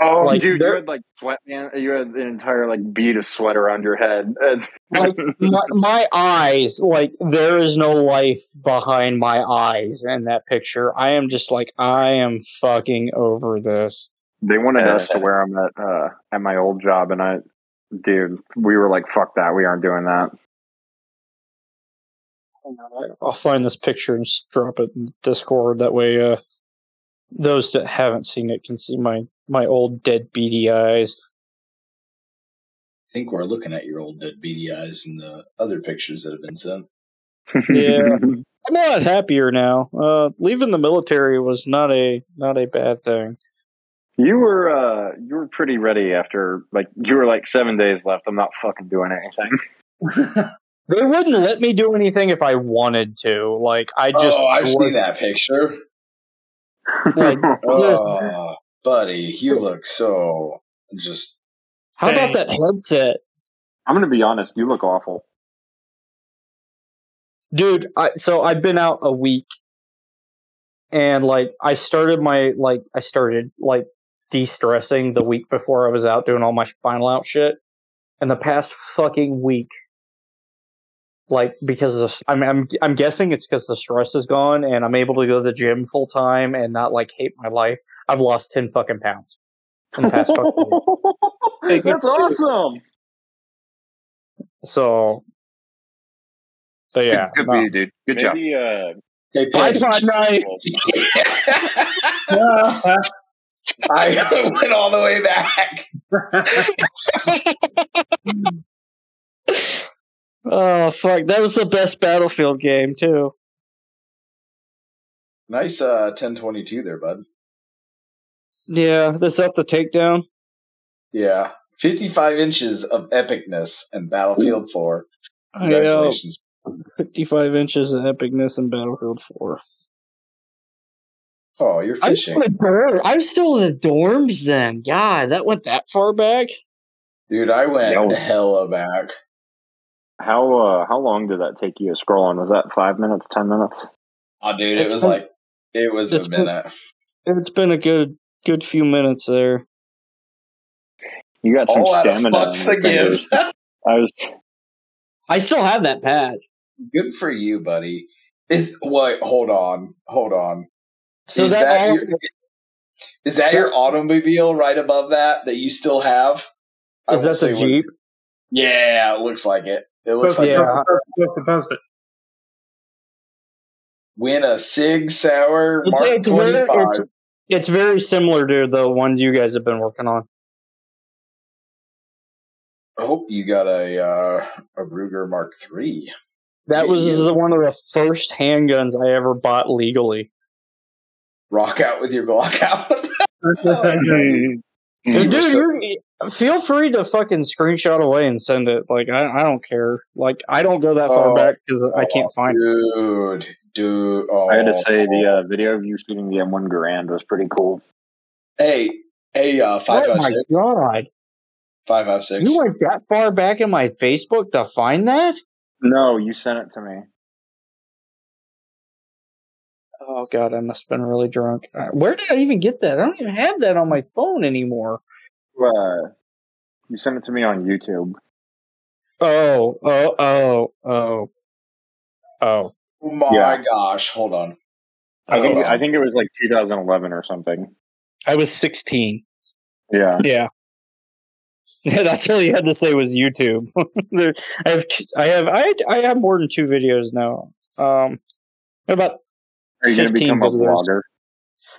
S3: Oh,
S6: Like,
S3: dude, you
S6: there-
S3: had like sweat, man. You had an entire like bead of sweat around your head. [laughs]
S6: Like my, my eyes, like there is no life behind my eyes in that picture. I am just like I am fucking over this.
S3: they wanted us to wear them at uh, at my old job, and I, dude, we were like, "Fuck that, we aren't doing that."
S6: I'll find this picture and just drop it in Discord. That way, uh, those that haven't seen it can see my my old dead beady eyes.
S4: I think we're looking at your old dead beady eyes and the other pictures that have been sent.
S3: [laughs]
S6: Yeah. I'm a lot happier now. Uh, leaving the military was not a not a bad thing.
S3: you were uh, you were pretty ready after like you were like seven days left. I'm not fucking doing [laughs] anything.
S6: They wouldn't let me do anything if I wanted to. Like I just
S4: oh, I've
S6: was,
S4: seen that picture.
S6: Like
S3: Um,
S4: Oh, buddy, you look so just.
S6: how about
S7: Dang.
S6: that headset,
S3: I'm gonna be honest, you look awful.
S6: dude? I, so I've been out a week, and like I started my like I started like de-stressing the week before I was out doing all my final out shit. And the past fucking week, like because of I'm I'm I'm guessing it's because the stress is gone and I'm able to go to the gym full time and not like hate my life. I've lost ten fucking pounds in the past fucking week.
S3: That's awesome.
S6: So, but yeah,
S5: good good for
S6: no.
S5: you, dude. Good job.
S3: [laughs]
S8: uh,
S4: Hey,
S6: I
S4: Paige, [laughs]
S6: thought no,
S4: I went all the way back.
S6: oh fuck, that was the best Battlefield game too.
S4: Nice uh, 1022 there, bud.
S6: Yeah, this up the takedown.
S4: Yeah. 55 inches of epicness and Battlefield 4.
S6: Yeah,
S4: Congratulations.
S6: fifty-five inches of epicness in Battlefield Four.
S4: Oh, you're
S6: I'm still
S4: fishing.
S6: a dorm. I'm still in the dorms then. God, that went that far back.
S4: Dude, I went
S3: Yo.
S4: hella back.
S3: How uh, how long did that take you to scroll on? Was that five minutes, ten minutes?
S4: Oh, dude,
S6: It's
S4: it was
S6: been-
S4: like, it was
S6: it's
S4: a
S6: been-
S4: minute.
S6: It's been a good good few minutes there.
S3: You got some
S4: All out of
S3: stamina. on
S4: fucks
S3: your
S4: again.
S3: [laughs] fingers. I was
S6: I still have that patch.
S4: Good for you, buddy. Is what? Hold on, hold on.
S6: So
S4: is
S6: that,
S4: that,
S6: all
S4: your, is that your automobile right above that that you still have? I won't
S6: is that the
S4: say what-
S6: Jeep?
S4: yeah, it looks like it. It looks like
S6: Yeah.
S4: it.
S7: [laughs]
S4: win a Sig Sauer
S6: It's-
S4: Mark
S6: it's
S4: Twenty
S6: very-
S4: Five.
S6: it's- It's very similar to the ones you guys have been working on.
S4: I hope you got a uh, a Ruger Mark Three.
S6: That
S4: Yeah,
S6: was
S4: you-
S6: the, one of the first handguns I ever bought legally.
S4: Rock out with your Glock out.
S6: [laughs] Dude,
S4: You were so- [laughs]
S6: you're- feel free to fucking screenshot away and send it. Like I, I don't care. Like I don't go that far
S4: Oh,
S6: back because I can't find it.
S4: dude, dude. Oh,
S3: I had to say the uh, video of you shooting the M1 Garand was pretty cool.
S4: hey, hey, uh, five
S6: Oh
S4: five
S6: my
S4: six.
S6: god!
S4: Five out of six.
S6: You went that far back in my Facebook to find that?
S3: No, you sent it to me.
S6: Oh god, I must have been really drunk. Uh, Where did I even get that? I don't even have that on my phone anymore.
S3: Uh, you sent it to me on YouTube.
S6: Oh, oh, oh, oh, oh.
S4: Oh my
S3: Yeah.
S4: gosh! Hold on.
S3: I think
S4: Hold on.
S3: I think it was like 2011 or something.
S6: I was 16.
S3: Yeah.
S6: Yeah. [laughs] Yeah, that's all you had to say was YouTube. [laughs] There- I have, t- I have, I, I have more than two videos now. Um, about
S3: Are you going
S6: 15
S3: to become a
S6: videos.
S3: vlogger?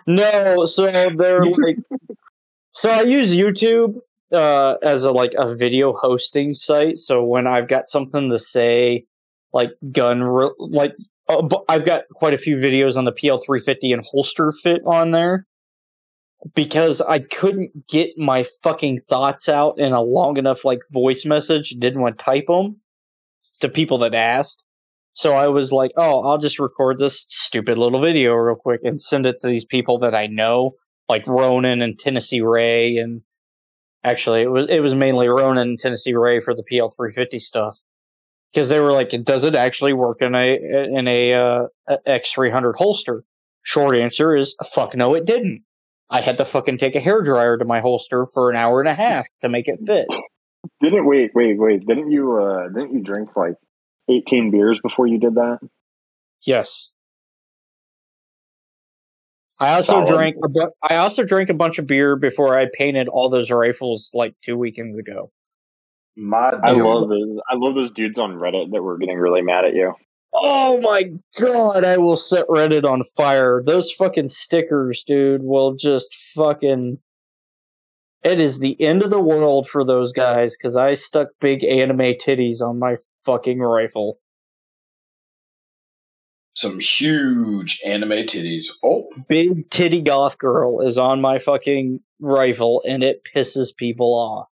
S6: No, so they're like so I use YouTube uh as a like a video hosting site. So when I've got something to say like gun re- like uh, bu- I've got quite a few videos on the PL350 and holster fit on there because I couldn't get my fucking thoughts out in a long enough like voice message, didn't want to type them to people that asked. So I was like, oh, I'll just record this stupid little video real quick and send it to these people that I know, like Ronan and Tennessee Ray, and actually it was it was mainly Ronan and Tennessee Ray for the PL350 stuff because they were like, does it actually work in a in a uh, X300 holster? Short answer is fuck no, it didn't. I had to fucking take a hairdryer to my holster for an hour and a half to make it fit.
S3: Didn't wait, wait, wait. Didn't you uh didn't you drink like 18 beers before you did that?
S6: Yes. I also
S3: Solid.
S6: drank a bu- I also drank a bunch of beer before I painted all those rifles like 2 weekends ago.
S4: My
S3: I
S4: dude.
S3: love those. I love those dudes on Reddit that were getting really mad at you.
S6: Oh my god, I will set Reddit on fire. Those fucking stickers, dude, will just fucking It is the end of the world for those guys cuz I stuck big anime titties on my fucking rifle.
S4: some huge anime titties. Oh,
S6: Big titty goth girl is on my fucking rifle and it pisses people off.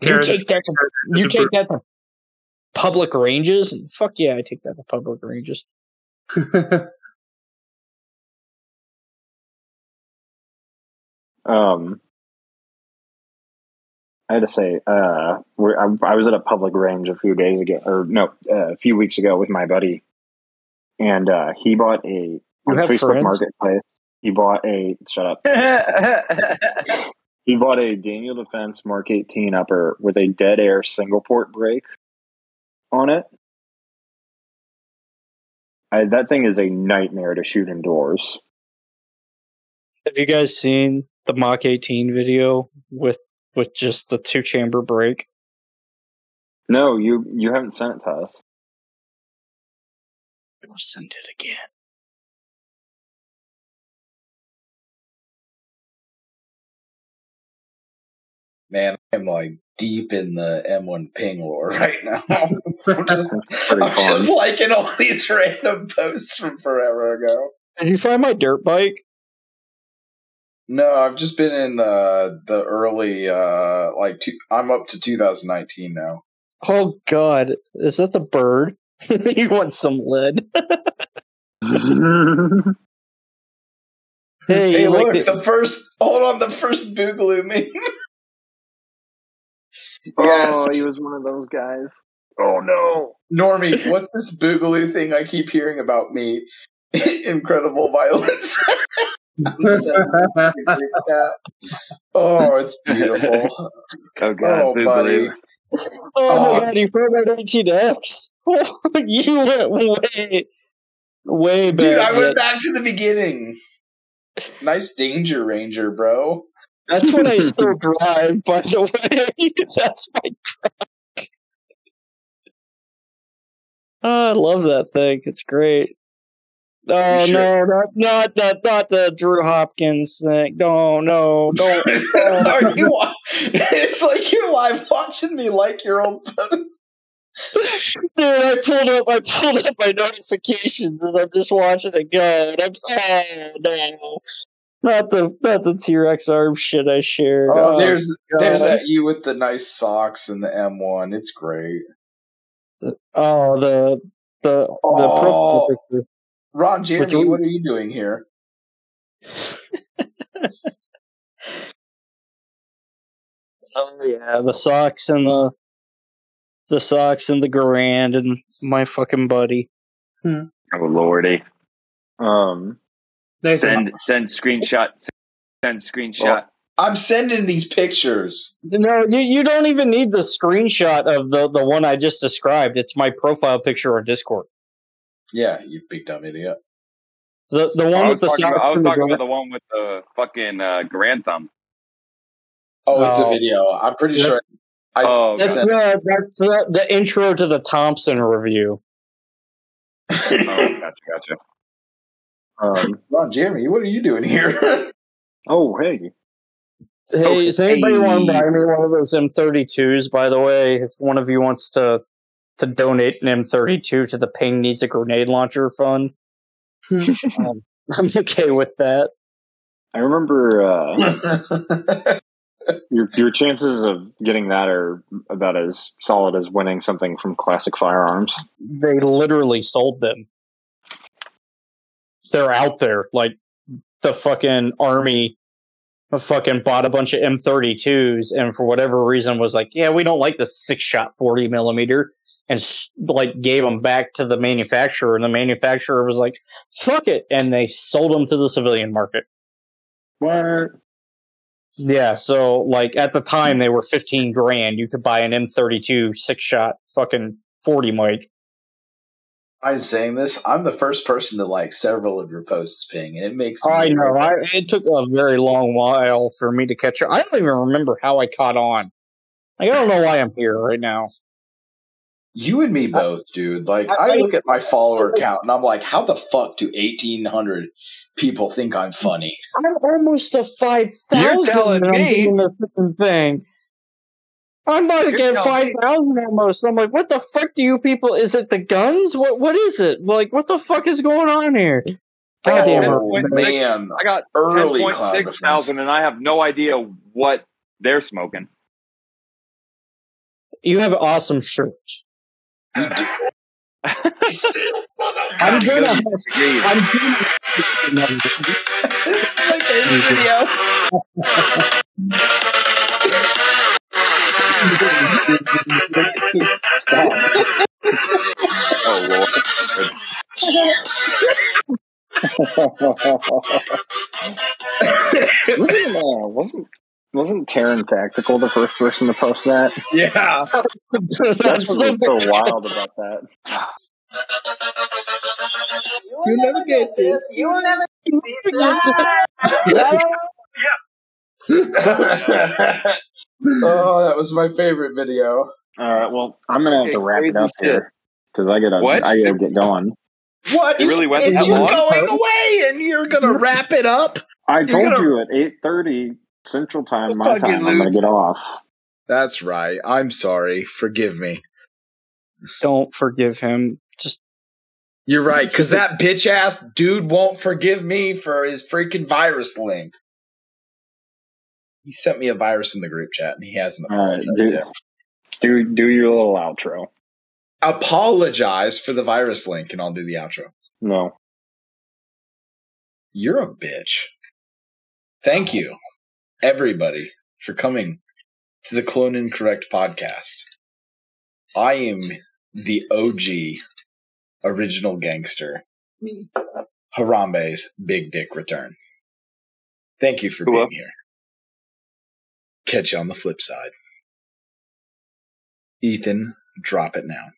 S6: You
S7: There's-
S6: take that to
S7: there's
S6: you
S7: a
S6: take that to public ranges. Fuck yeah, I take that to public ranges.
S3: Um, I had to say, uh, we're, I, I was at a public range a few days ago, or no, uh, a few weeks ago with my buddy, and uh, he bought a on
S6: have
S3: Facebook
S6: friends?
S3: Marketplace. He bought a shut up. He bought a Daniel Defense Mark 18 upper with a dead air single port brake on it. I, that thing is a nightmare to shoot indoors.
S6: Have you guys seen the Mach 18 video with with just the two chamber break?
S3: No, you you haven't sent it to us.
S6: I will send it again.
S4: man, I'm like deep in the M1 ping lore [laughs] right now. I'm just, [laughs] I'm
S5: [laughs]
S3: Pretty
S5: Oh,
S3: fun.
S4: just liking all these [laughs] random posts from forever ago.
S6: Did you find my dirt bike?
S4: No, I've just been in the the early uh like two, I'm up to 2019 now.
S6: Oh god, is that the bird? [laughs] you want some lead?
S4: [laughs]
S6: hey,
S4: Hey,
S6: you
S4: look,
S6: like the-
S4: the first hold on the first Boogaloo meme. [laughs] yes.
S3: Oh, he was one of those
S4: [laughs]
S3: guys.
S4: Oh no. Normie, what's this Boogaloo thing I keep hearing about me? [laughs] Incredible violence. [laughs] I'm
S3: [laughs]
S4: sending this to your group chat. Oh, it's
S3: [laughs]
S4: beautiful.
S5: oh god,
S4: Oh, buddy.
S5: Boogaloo.
S6: Oh
S4: Oh.
S6: my god, you found my [laughs] 18X. Oh, you went way way back.
S4: Dude, I
S6: yet.
S4: went back to the beginning. Nice Danger Ranger, bro.
S6: That's
S4: [laughs]
S6: what I still drive, by the way. [laughs] That's my truck. [laughs] Oh, I love that thing. It's great. Oh
S4: should-
S6: no, not not the not the Drew Hopkins thing. No, no,
S4: [laughs]
S6: don't. Oh,
S4: Are you wa- It's like you're live watching me like your old post.
S6: Dude, I pulled up I pulled up my notifications as I'm just watching it go. And I'm oh no. Not the not the T Rex arm shit I shared.
S4: Oh, there's there's
S6: God.
S4: that you with the nice socks and the M1. It's great.
S6: Oh the the the
S4: Oh.
S6: profile picture.
S4: Ron Jeremy,
S6: one?
S4: what are you doing here?
S6: Oh yeah, the socks and the the socks and the grand and my fucking buddy.
S5: Oh lordy.
S3: Um,
S7: Nathan,
S5: Send send screenshot. Send screenshot.
S4: I'm sending these pictures.
S6: No, you, you don't even need the screenshot of the the one I just described. It's my profile picture on Discord.
S4: Yeah, you big dumb idiot.
S6: The the one
S5: I was
S6: with the
S5: talking,
S6: socks
S5: about, I was
S6: and the
S5: talking
S6: grand.
S5: about the one with the fucking uh, grand thumb.
S4: Oh, it's a
S6: No.
S4: video. I'm pretty
S6: That's-
S4: sure. I,
S5: Oh,
S6: that's
S5: God.
S4: God.
S6: uh, that's uh, the intro to the Thompson review.
S5: oh, gotcha, gotcha.
S3: um,
S4: Ron Jeremy, what are you doing here? [laughs]
S3: oh, hey.
S6: Hey,
S5: Okay.
S6: does anybody want to buy me one of those M32s? By the way, if one of you wants to to donate an M32 to the Ping Needs a Grenade Launcher Fund,
S7: Hmm.
S6: um, [laughs] I'm okay with that.
S3: I remember
S4: [laughs]
S3: uh,
S4: I
S3: your, your chances of getting that are about as solid as winning something from Classic Firearms.
S6: They literally sold them. They're out there. Like the fucking army fucking bought a bunch of M32s and for whatever reason was like, yeah, we don't like the six shot 40 millimeter and s- like gave them back to the manufacturer. And the manufacturer was like, fuck it. And they sold them to the civilian market.
S3: What?
S6: Yeah. So like at the time they were 15 grand. You could buy an M32 six shot fucking 40 mic.
S4: am saying this. I'm the first person to like several of your posts, Ping, and it makes. me-
S6: I know. I, it took a very long while for me to catch up. I don't even remember how I caught on. Like, I don't know why I'm here right now.
S4: You and me both, dude. Like, I,
S6: I-
S4: look at my follower count and I'm like, how the fuck do 1,800 people think I'm funny?
S6: I'm almost to five
S9: You're
S6: thousand,
S9: telling
S6: and I'm
S9: me-
S6: doing this fucking thing. I'm about to
S9: You're
S6: get
S9: telling
S6: five
S9: me-
S6: thousand almost. I'm like, what the fuck do you people? Is it the guns? What what is it? Like, what the fuck is going on here?
S5: got
S6: Goddamn,
S5: ten
S6: I'm
S4: oh,
S5: point six.
S4: man.
S5: I got
S4: Early
S5: ten point
S4: cloud
S5: six
S4: defense. [laughs]
S5: thousand, and I have no idea what they're smoking.
S6: You have awesome [laughs] shirts. I'm
S5: God,
S6: doing
S5: Cody
S6: a
S5: disagrees.
S6: I'm doing a
S4: this is my favorite video.
S6: stop.
S5: Oh lord.
S3: wasn't, uh, wasn't, wasn't Terran Tactical the first person to post that?
S4: Yeah.
S3: That's
S6: That's
S3: what was
S6: the
S3: so wild about that.
S4: You'll never get this.
S9: [laughs]
S4: oh, that was my favorite video.
S3: All right, well, I'm gonna have
S9: Okay,
S3: to wrap it
S9: crazy
S3: up
S9: shit.
S3: here because I gotta,
S5: What?
S3: I gotta get going.
S4: What?
S5: It really went
S4: It's
S5: that
S4: you
S5: long?
S4: going away and you're going to wrap it up?
S3: I
S4: You're
S3: told
S4: gonna-
S3: you at eight thirty Central Time, my
S9: Fucking
S3: time, I'm gonna
S9: loser.
S3: get off.
S4: That's right. I'm sorry. Forgive me.
S6: [laughs] Don't forgive him. Just
S4: You're
S3: [laughs]
S4: right, because that bitch ass dude won't forgive me for his freaking virus link. He sent me a virus in the group chat, and he hasn't
S3: All right,
S4: apologized.
S3: do,
S4: yet.
S3: do do your little outro.
S4: Apologize for the virus link, and I'll do the outro.
S3: No,
S4: You're a bitch. Thank you, everybody, for coming to the Clone Incorrect podcast. I am the OG original gangster, Harambe's Big Dick Return. Thank you for
S5: Hello.
S4: being here. Catch you on the flip side. Ethan, drop it now.